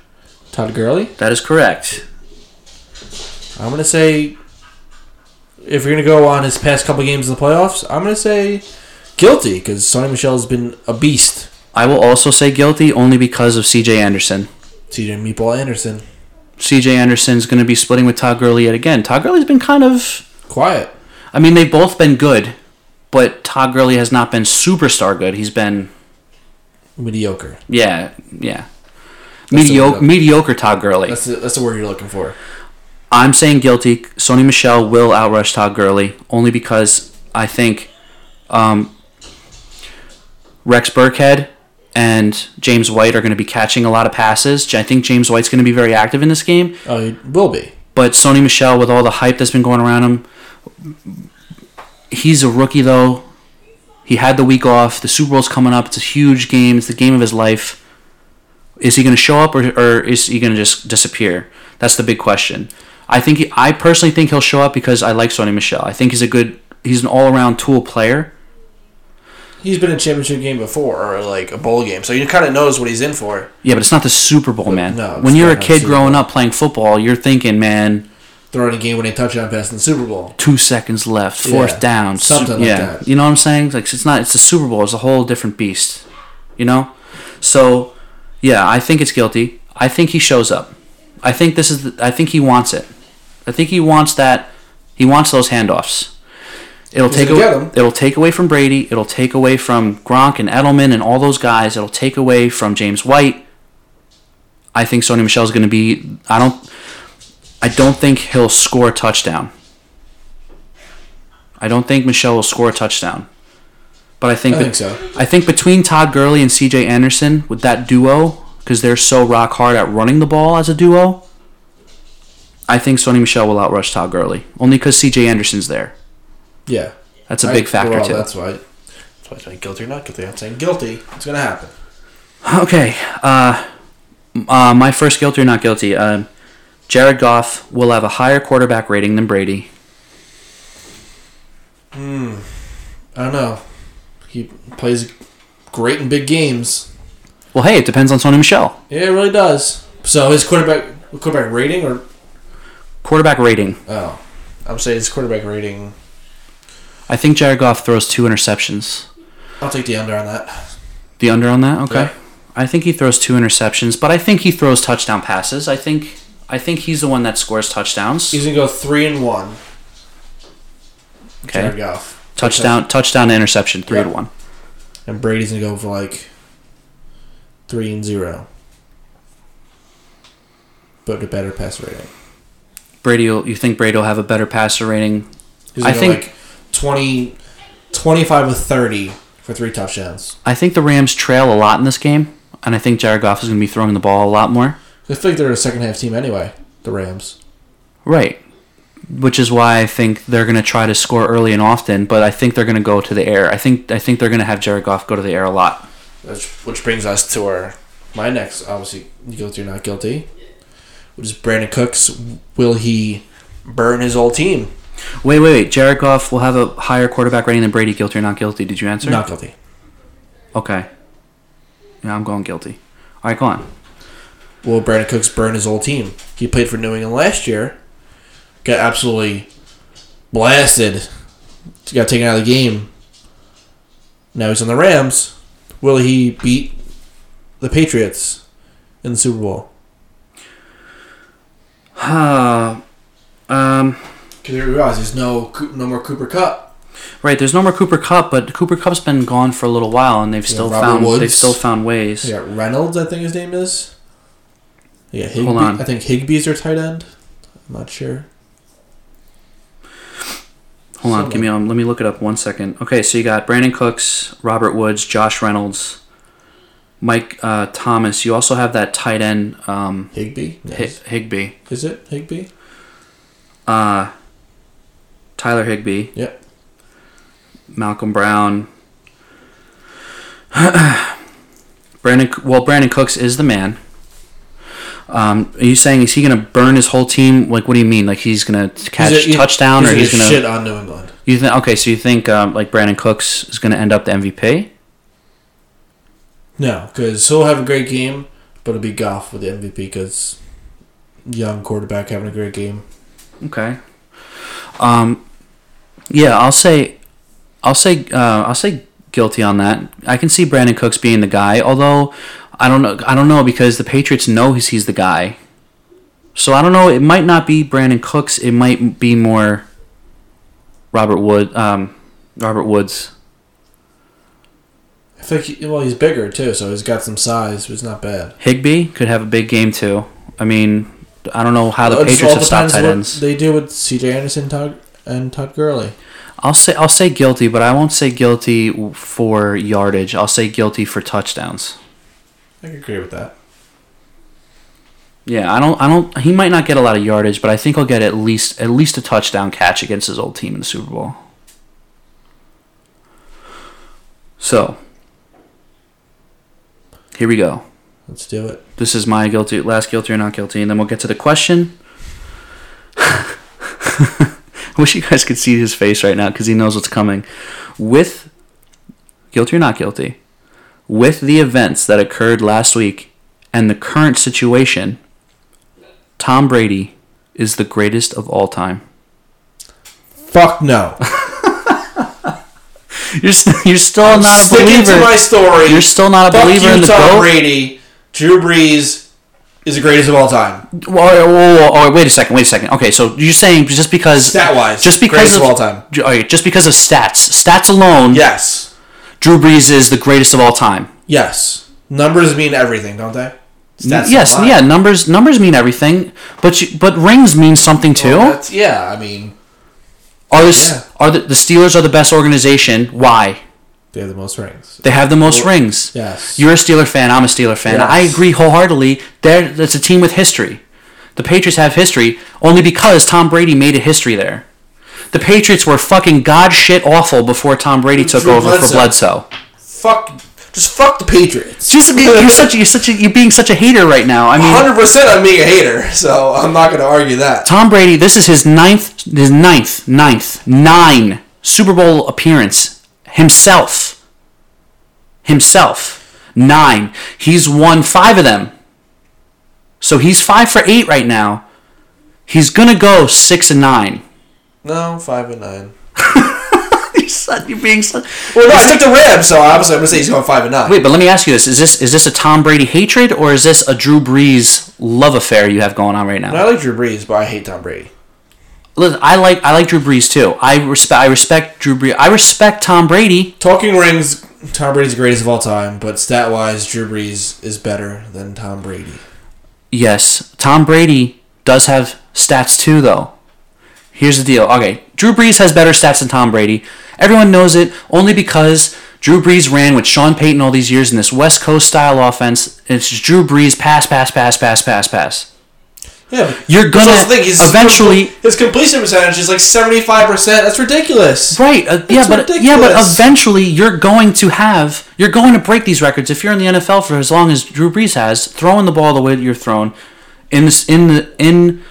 Todd Gurley.
That is correct.
I'm gonna say if you're gonna go on his past couple games in the playoffs, I'm gonna say guilty because Sony Michelle's been a beast.
I will also say guilty only because of C.J. Anderson.
CJ Meatball Anderson,
CJ Anderson's going to be splitting with Todd Gurley yet again. Todd Gurley's been kind of.
quiet.
I mean, they've both been good, but Todd Gurley has not been superstar good. He's been,
Mediocre.
yeah, yeah.
the
Mediocre,
word.
mediocre Todd Gurley.
That's the, that's the word you're looking for.
I'm saying guilty. Sony Michelle will outrush Todd Gurley only because I think um, Rex Burkhead and James White are going to be catching a lot of passes. I think James White's going to be very active in this game.
Oh, he will be.
But Sony Michelle, with all the hype that's been going around him, he's a rookie though. He had the week off. The Super Bowl's coming up. It's a huge game. It's the game of his life. Is he going to show up or, or is he going to just disappear? That's the big question. I think he, I personally think he'll show up because I like Sony Michelle. I think he's a good. He's an all-around tool player.
He's been in a championship game before, or like a bowl game, so he kind of knows what he's in for.
Yeah, but it's not the Super Bowl, man.
no, it's
when you're a
not the
kid
Super
growing up playing football, you're thinking, man,
Throwing a game winning touchdown pass in the Super Bowl.
two seconds left, fourth
Yeah,
down,
something like
yeah.
that.
You know what I'm saying? It's Like it's not, it's the Super Bowl. It's a whole different beast. You know, so yeah, I think it's guilty. I think he shows up. I think this is. The, I think he wants it. I think he wants that. He wants those handoffs. It'll
He's
take
gonna
away,
get 'em.
it'll take away from Brady. It'll take away from Gronk and Edelman and all those guys. It'll take away from James White. I think Sony Michelle's going to be. I don't. I don't think he'll score a touchdown. I don't think Michelle will score a touchdown. But I think
I think
that-
so.
I think between Todd Gurley and C.J. Anderson with that duo, because they're so rock hard at running the ball as a duo. I think Sony Michelle will outrush Todd Gurley only because C.J. Anderson's there.
Yeah.
That's a big
I-
factor
well,
too.
That's why. That's why I'm saying guilty or not guilty. I'm saying guilty. It's gonna happen.
<laughs> Okay. Uh, m- uh, my first guilty or not guilty. Uh, Jared Goff will have a higher quarterback rating than Brady.
I don't know. He plays great in big games.
Well, hey, it depends on Sony Michelle.
Yeah, it really does. So his quarterback quarterback rating or
Quarterback rating.
oh, I'm saying his quarterback rating.
I think Jared Goff throws two interceptions.
I'll take the under on that.
The under on that. Okay.
Yeah.
I think he throws two interceptions, but I think he throws touchdown passes. I think I think he's the one that scores touchdowns.
He's gonna go three and one.
Okay.
Jared Goff.
touchdown, touchdown, to interception, three to
Yeah.
one.
And Brady's gonna go for like three and zero. But a better pass rating.
Brady, will, you think Brady will have a better passer rating?
He's
I
gonna go
think-
like 20, 25 with thirty for three touchdowns.
I think the Rams trail a lot in this game, and I think Jared Goff is going to be throwing the ball a lot more.
I feel like they're a second half team anyway, the Rams.
Right. Which is why I think they're going to try to score early and often, but I think they're going to go to the air. I think I think they're going to have Jared Goff go to the air a lot.
Which, which brings us to our my next obviously guilty or not guilty, which is Brandon Cooks. Will he burn his whole team?
Wait, wait, wait. Jared Goff will have a higher quarterback rating than Brady. Guilty or not guilty? Did you answer?
Not guilty.
Okay. Yeah, I'm going guilty. All right, go on. <sighs>
Well, Brandon Cooks burned his old team. He played for New England last year, got absolutely blasted, got taken out of the game. Now he's on the Rams. Will he beat the Patriots in the Super Bowl?
Uh, um,
Because they realize there's no Coo- no more Cooper Cup.
right, there's no more Cooper Cup, but Cooper Cup's been gone for a little while, and they've still
Robert
found
Woods.
they've still found ways.
They got Reynolds, I think his name is. Yeah, Higby.
Hold on.
I think Higby's their tight end. I'm not sure.
Hold on, give me um, let me look it up one second. Okay, so you got Brandon Cooks, Robert Woods, Josh Reynolds, Mike uh, Thomas. You also have that tight end um,
Higby.
Hi-
Yes.
Higby,
Is it Higby?
uh, Tyler Higby,
Yep.
Malcolm Brown, <clears throat> Brandon. Well, Brandon Cooks is the man. Um, are you saying is he going to burn his whole team? Like, what do you mean? Like he's going to catch
He's a- he-
touchdown, or he's
gonna
going to
shit on New England.
You think okay? So you think um, like Brandon Cooks is going to end up the MVP?
No, because he'll have a great game, but it'll be Goff with the MVP because young quarterback having a great game.
Okay. Um, yeah, I'll say, I'll say, uh, I'll say guilty on that. I can see Brandon Cooks being the guy, although I don't know, I don't know because the Patriots know he's, he's the guy. So I don't know. It might not be Brandon Cooks. It might be more Robert Wood. Um, Robert Woods.
I think he, well he's bigger too, so he's got some size, but it's not bad.
Higby could have a big game too. I mean, I don't know how the
It just all
Patriots have stopped
depends
tight
what
ends.
They do with C.J. Anderson, Todd, and Todd Gurley.
I'll say I'll say guilty, but I won't say guilty for yardage. I'll say guilty for touchdowns.
I can agree with that.
Yeah, I don't I don't he might not get a lot of yardage, but I think he'll get at least at least a touchdown catch against his old team in the Super Bowl. So, here we go.
Let's do it.
This is my guilty last guilty or not guilty, and then we'll get to the question. <laughs> I wish you guys could see his face right now because he knows what's coming. With guilty or not guilty, with the events that occurred last week and the current situation, Tom Brady is the greatest of all time.
Fuck
<laughs>
no.
You're st- you're still not a
Sticking
believer.
to my story.
you're still not a
Fuck
believer
you,
in the
Tom
GOAT.
Brady. Drew Brees is the greatest of all time.
Whoa, whoa, whoa, whoa, wait a second, wait a second. Okay, so you're saying just because
Stat wise,
just because
greatest
of,
of all time.
Ju- all right, just because of stats, stats alone,
Yes.
Drew Brees is the greatest of all time.
Yes. Numbers mean everything, don't they? Stats
yes,
don't lie.
yeah, numbers numbers mean everything, but you, but rings mean something too.
Well, that's- Oh, yeah, I mean,
are the s
yeah.
are the, the Steelers are the best organization? Why?
they have the most rings.
They have the most rings.
Yes.
You're a Steeler fan. I'm a Steeler fan.
Yes.
I agree wholeheartedly. There, that's a team with history. The Patriots have history only because Tom Brady made a history there. The Patriots were fucking god shit awful before Tom Brady took
Drew
over for
Bledsoe.
Bledsoe.
fuck, just fuck the Patriots. <laughs>
Just you're such you're such a, you're being such a hater right now. I mean,
100% I'm being a hater, so I'm not going to argue that.
Tom Brady, this is his ninth, his ninth, ninth, nine Super Bowl appearance. Himself. Himself. Nine. He's won five of them. So he's five for eight right now. He's going to go six and nine. <laughs>
No, 5 and 9.
You're such- You're being such.
Well, no, I took the Rams, so obviously I'm going to say he's going 5 and 9.
Wait, but let me ask you this: Is this is this a Tom Brady hatred or is this a Drew Brees love affair you have going on right now?
I like Drew Brees, but I hate Tom Brady.
Listen, I like I like Drew Brees too. I respect I respect Drew Brees. I respect Tom Brady.
Talking rings, Tom Brady's the greatest of all time, but stat wise, Drew Brees is better than Tom Brady.
Yes, Tom Brady does have stats too, though. Here's the deal. Okay, Drew Brees has better stats than Tom Brady. Everyone knows it only because Drew Brees ran with Sean Payton all these years in this West Coast style offense. And it's just Drew Brees pass, pass, pass, pass, pass, pass.
Yeah, but
You're
that's
gonna
also the thing, his-
eventually-
His completion percentage is like 75%. That's ridiculous.
Right? Uh, yeah,
That's
but yeah, but
ridiculous.
eventually you're going to have you're going to break these records if you're in the NFL for as long as Drew Brees has throwing the ball the way that you're thrown in this in the in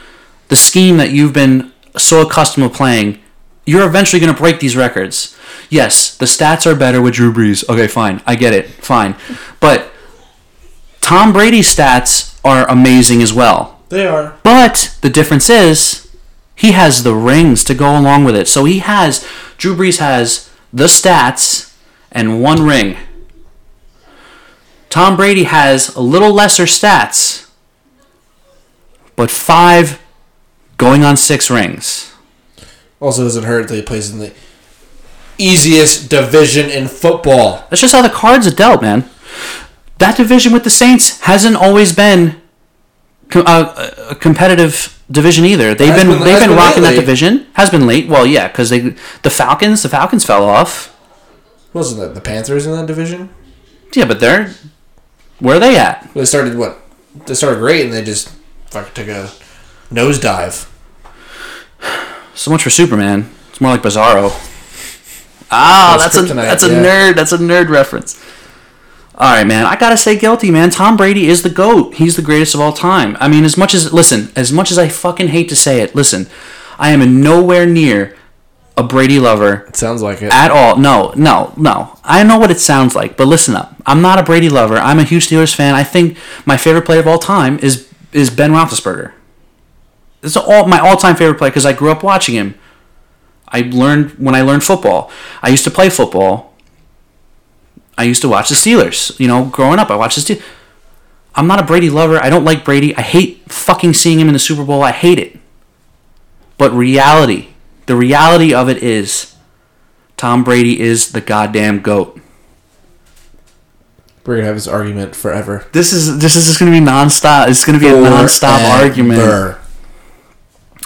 the scheme that you've been so accustomed to playing. You're eventually going to break these records. Yes, the stats are better with Drew Brees. Okay, fine, I get it, fine, but Tom Brady's stats are amazing as well.
They are.
But the difference is he has the rings to go along with it. So he has Drew Brees has the stats and one ring. Tom Brady has a little lesser stats, but five going on six rings.
Also, doesn't hurt that he plays in the easiest division in football.
That's just how the cards are dealt, man. That division with the Saints hasn't always been co- uh, a, a competitive division either. They've
Has
been,
been-
they've
has
been,
been
rocking
lately.
that division. Has been late. Well, yeah, because they the Falcons the Falcons fell off.
Wasn't that the Panthers in that division?
Yeah, but they're where are they at?
They started what? They started great and they just fucking took a nosedive.
So much for Superman. It's more like Bizarro. Ah,
That's
that's, a
kryptonite,
that's a
yeah.
nerd. That's a nerd reference. All right, man. I gotta say, guilty, man. Tom Brady is the goat. He's the greatest of all time. I mean, as much as listen, as much as I fucking hate to say it, listen, I am in nowhere near a Brady lover
It sounds like it.
at all. No, no, no. I know what it sounds like, but listen up. I'm not a Brady lover. I'm a huge Steelers fan. I think my favorite player of all time is is Ben Roethlisberger. It's all my all time favorite player because I grew up watching him. I learned when I learned football. I used to play football. I used to watch the Steelers. You know, growing up, I watched the Steelers. I'm not a Brady lover. I don't like Brady. I hate fucking seeing him in the Super Bowl. I hate it. But reality, the reality of it is, Tom Brady is the goddamn goat.
We're gonna have this argument forever.
This is this is just gonna be nonstop. It's gonna be a nonstop argument.
Forever.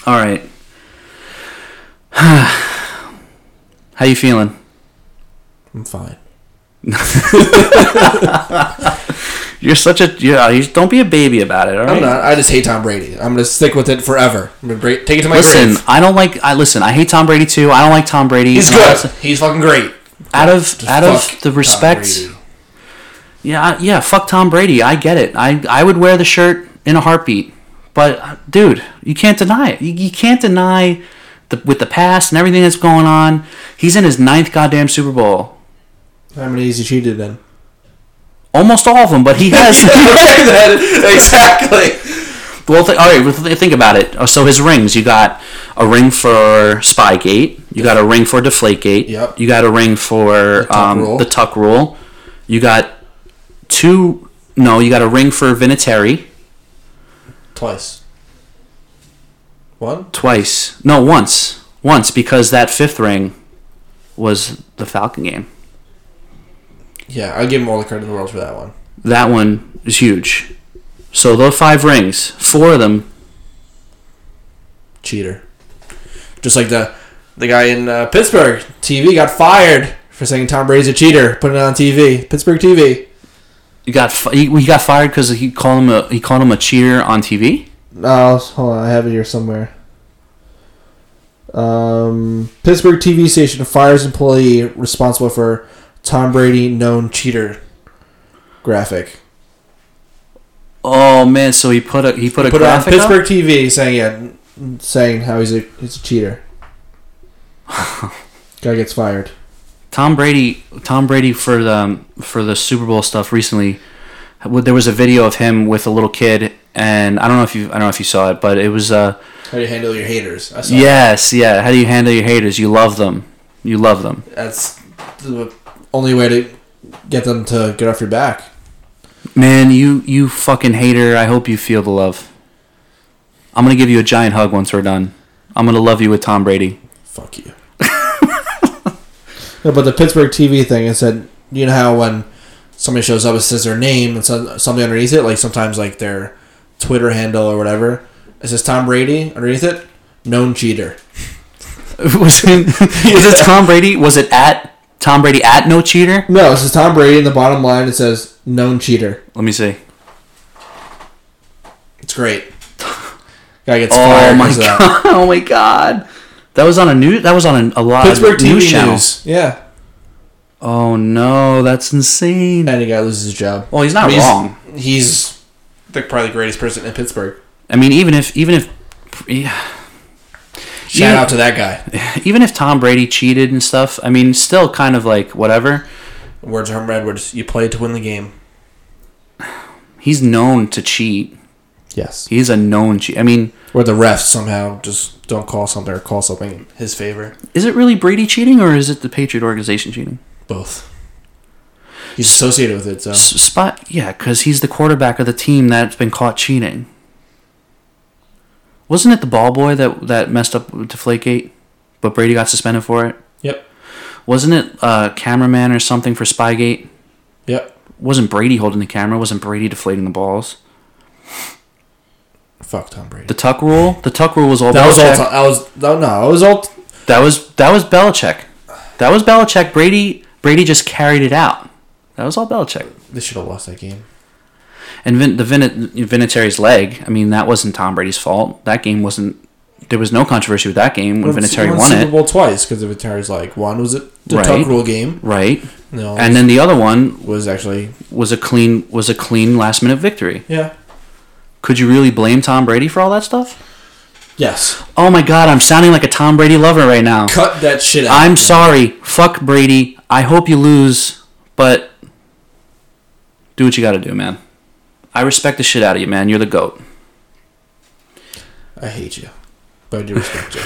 All right. <sighs> How you feeling?
I'm fine.
You're such a yeah. You, don't be a baby about it. All right.
I'm not. I just hate Tom Brady. I'm gonna stick with it forever. I'm gonna break, take it to my
Listen,
grave.
I don't like. I listen. I hate Tom Brady too. I don't like Tom Brady.
He's
And I
good.
also-
He's fucking great.
Out of
Fuck
out of the
Tom
respect.
Brady.
Yeah, I- yeah, fuck Tom Brady. I get it. I I would wear the shirt in a heartbeat. But uh, dude, you can't deny it. You, you can't deny the with the past and everything that's going on. He's in his ninth goddamn Super Bowl.
How many is he cheated then?
Almost all of them, but he has.
<laughs> exactly.
well, th- all right. well, th- Think about it. Uh, So his rings. You got a ring for Spygate. You got a ring for Deflategate.
Yep.
You got a ring for
tuck rule.
um, the Tuck Rule. You got two. No, you got a ring for Vinatieri.
Twice. One.
twice. No, once. Once because that fifth ring was the Falcon game.
Yeah, I give him all the credit in the world for that one.
That one is huge. So those five rings, four of them.
Cheater. Just like the the guy in uh, Pittsburgh TV got fired for saying Tom Brady's a cheater, putting it on TV, Pittsburgh TV.
You got fi- he, he got fired because he called him a he called him a cheater on TV.
Oh, hold on. I have it here somewhere. Um, Pittsburgh TV station fires employee responsible for Tom Brady known cheater graphic.
Oh man! So he put a he put a
Put it on
graphic up?
Pittsburgh TV saying yeah, saying how he's a he's a cheater. Guy gets fired.
Tom Brady, Tom Brady for the for the Super Bowl stuff recently. w- There was a video of him with a little kid, and I don't know if you I don't know if you saw it, but it was uh,
How do you handle your haters? I saw
Yes, yeah. How do you handle your haters? You love them. You love them.
That's the only way to get them to get off your back.
Man, you you fucking hater. I hope you feel the love. I'm gonna give you a giant hug once we're done. I'm gonna love you with Tom <laughs> Brady.
Fuck you. <laughs> No, but the Pittsburgh TV thing, it said, you know how when somebody shows up, it says their name and some- something underneath it, like sometimes like their Twitter handle or whatever, it says Tom Brady underneath it, known cheater.
was <laughs> it, was it Tom Brady? Was it at Tom Brady at no cheater?
No, it says Tom Brady in the bottom line. It says known cheater.
Let me see.
It's great. Guy gets
Oh
fired.
my
'cause of that.
god! <laughs> Oh my god! That was on a new. That was on a, a lot
Pittsburgh
of news
TV
channels.
news. Yeah,
Oh no, that's insane.
and the guy loses his job.
Well, he's not
I mean, he's-
wrong.
He's the, probably the greatest person in Pittsburgh.
I mean, even if even if. Yeah.
Shout
Even-
out to that guy.
even if Tom Brady cheated and stuff, I mean, still kind of like whatever.
Words from Edwards. You played to win the game.
he's known to cheat.
Yes.
He's a known cheat. I mean,
Where the refs somehow just don't call something or call something in his favor.
is it really Brady cheating or is it the Patriot organization cheating?
Both. He's associated with it, so
S- Spot, yeah, because he's the quarterback of the team that's been caught cheating. Wasn't it the ball boy that that messed up with Deflategate, but Brady got suspended for it?
Yep.
Wasn't it uh, cameraman or something for Spygate?
Yep.
Wasn't Brady holding the camera? Wasn't Brady deflating the balls?
Fuck Tom Brady.
The tuck rule. The tuck rule was all
that was all.
Belichick.
Tom, I was no, no. It was all.
that was that was Belichick. That was Belichick. Brady Brady just carried it out. That was all Belichick.
They should have lost that game.
And Vin, the Vin, Vinatieri's leg. I mean, that wasn't Tom Brady's fault. That game wasn't. There was no controversy with that game when Vinatieri won
Super
it,
Bowl twice because of Vinatieri's like one was it the
Right.
tuck rule game,
right?
no,
And then the other one
was actually
was a clean was a clean last minute victory.
yeah,
Could you really blame Tom Brady for all that stuff?
yes.
Oh my God, I'm sounding like a Tom Brady lover right now.
Cut that shit out.
I'm sorry. Fuck Brady. I hope you lose, but do what you got to do, man. I respect the shit out of you, man. You're the goat.
I hate you, but I do respect you.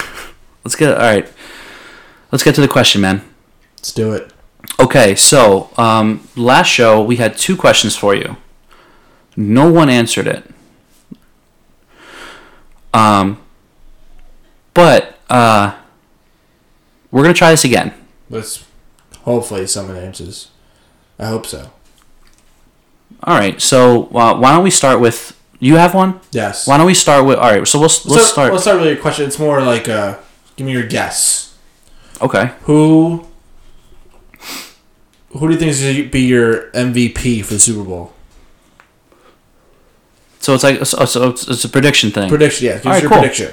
Let's get all right. Let's get to the question, man.
Let's do it.
Okay, so um, last show we had two questions for you. No one answered it. Um, but uh, we're gonna try this again.
Let's hopefully someone answers. I hope so.
All right. So uh, why don't we start with you have one?
Yes.
Why don't we start with all right? So we'll let's
So,
start.
Let's start with your question. It's more like uh, give me your guess.
okay.
Who? Who do you think is going to be your MVP for the Super Bowl?
So it's like so, so it's, it's a prediction thing.
Prediction, yeah. Give us
Alright,
your
cool.
prediction.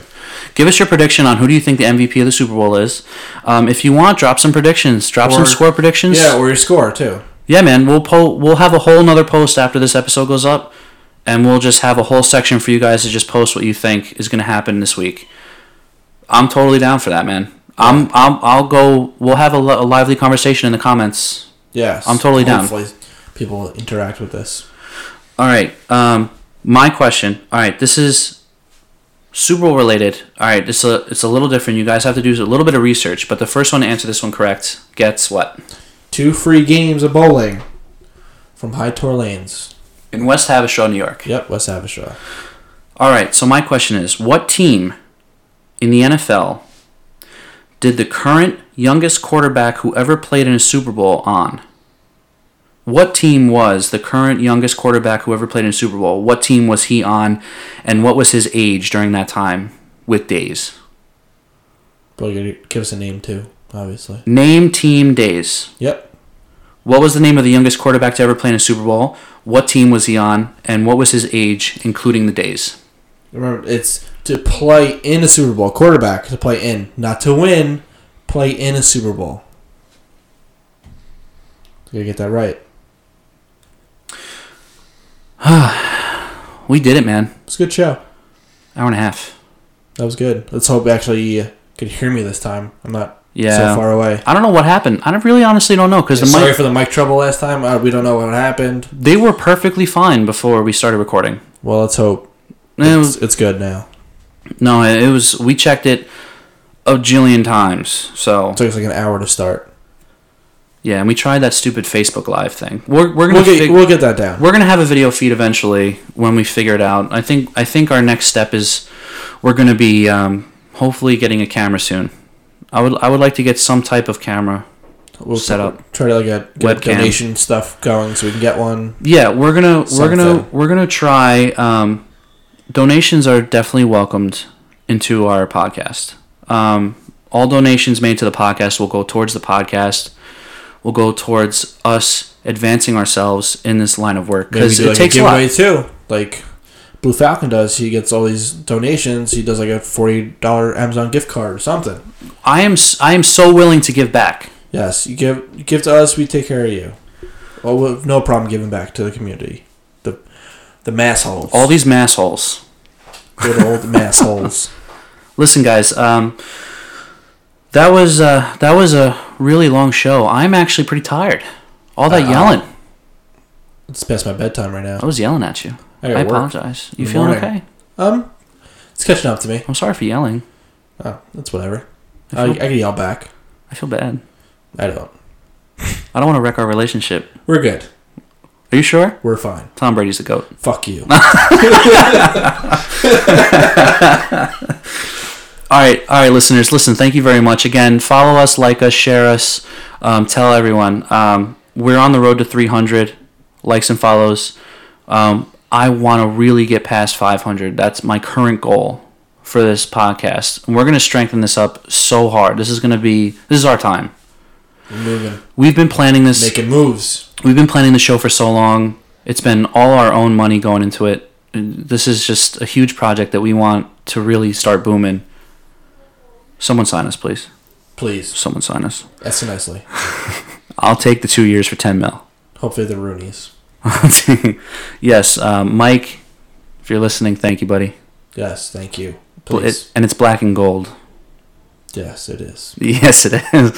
Give us your prediction on who do you think the MVP of the Super Bowl is. Um, if you want, drop some predictions. Drop some
Or-
score predictions.
Yeah, or your score too.
Yeah, man. We'll po- We'll have a whole nother post after this episode goes up, and we'll just have a whole section for you guys to just post what you think is going to happen this week. I'm totally down for that, man. I'm, I'm I'll go. We'll have a, li- a lively conversation in the comments.
Yes.
I'm totally down.
Hopefully people will interact with this.
All right. Um, my question. All right. This is Super Bowl related. All right. It's a it's a little different. You guys have to do a little bit of research, but the first one to answer this one correct gets what?
Two free games of bowling from High Tor Lanes.
In West Havishaw, New York.
Yep, West Havishaw.
All right. So my question is, what team in the NFL did the current youngest quarterback who ever played in a Super Bowl on? What team was the current youngest quarterback who ever played in a Super Bowl? What team was he on, and what was his age during that time with days?
But you gotta give us a name too, obviously.
Name team days.
Yep.
What was the name of the youngest quarterback to ever play in a Super Bowl? What team was he on? And what was his age, including the days?
Remember it's to play in a Super Bowl. Quarterback to play in. Not to win. Play in a Super Bowl. You gotta get that right.
We did it, man.
It's a good show.
Hour and a half.
That was good. Let's hope actually you could hear me this time. I'm not
Yeah.
so far away.
I don't know what happened. I don't- really honestly don't know because the
Sorry
mic,
for the mic trouble last time. Uh, we don't know what happened.
they were perfectly fine before we started recording.
Well, let's hope
It
it's,
was,
it's good now.
no, it was we checked it a jillion times. So
It took us like an hour to start.
yeah, and we tried that stupid Facebook Live thing. We're we're gonna
We'll get,
fig-
we'll get that down.
we're gonna have a video feed eventually when we figure it out. I think I think our next step is we're gonna be um, hopefully getting a camera soon. I would I would like to get some type of camera.
We'll
set up
Try to like get, get
webcam.
donation stuff going so we can get one.
Yeah, we're gonna we're gonna
Something.
we're gonna try. Um, donations are definitely welcomed into our podcast. Um, all donations made to the podcast will go towards the podcast. Will go towards us advancing ourselves in this line of work
Maybe
because
do
it
like
takes
a
a lot.
giveaway too. Like Blue Falcon does. He gets all these donations. He does like a forty dollar Amazon gift card or something.
I am s- I am so willing to give back.
Yes, you give you give to us. We take care of you. Well, we have no problem giving back to the community. The the mass holes.
All these massholes.
good old mass
<laughs>
holes.
Listen, guys. Um, that was uh, that was a really long show. I'm actually pretty tired. All that
Uh-oh.
yelling.
It's past my bedtime right now.
I was yelling at you.
I
I
got work.
apologize. You
Good
feeling
morning.
okay?
Um, it's catching up to me.
I'm sorry for yelling.
Oh, that's whatever. I,
I
I
feel,
can yell back.
I feel bad.
I don't.
I don't want to wreck our relationship.
We're good.
Are you sure?
We're fine.
Tom Brady's the goat.
Fuck
<laughs>
you.
All right, all right, listeners, listen. Thank you very much again. Follow us, like us, share us, um, tell everyone. Um, we're on the road to 300 likes and follows. Um, I want to really get past 500. That's my current goal for this podcast, and we're going to strengthen this up so hard. This is going to be this is our time.
We're moving,
We've been planning this.
making moves.
we've been planning the show for so long. It's been all our own money going into it. This is just a huge project that we want to really start booming. Someone sign us, please.
Please,
Someone sign us.
that's nicely.
I'll take the two years for 10 mil. <laughs>
Hopefully, the Roonies.
yes, um, Mike, if you're listening, thank you, buddy.
Yes, thank you.
Bl-
Please.
it- and it's black and gold. <laughs>
yes, it is.
Yes, it is.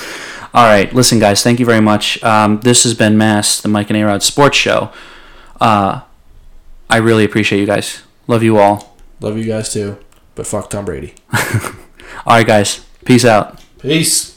All right, listen, guys, thank you very much. Um, this has been Mass, the Mike and A Rod Sports Show. Uh, I really appreciate you guys. Love you all.
Love you guys too, but fuck Tom Brady.
All right, guys. Peace out.
Peace.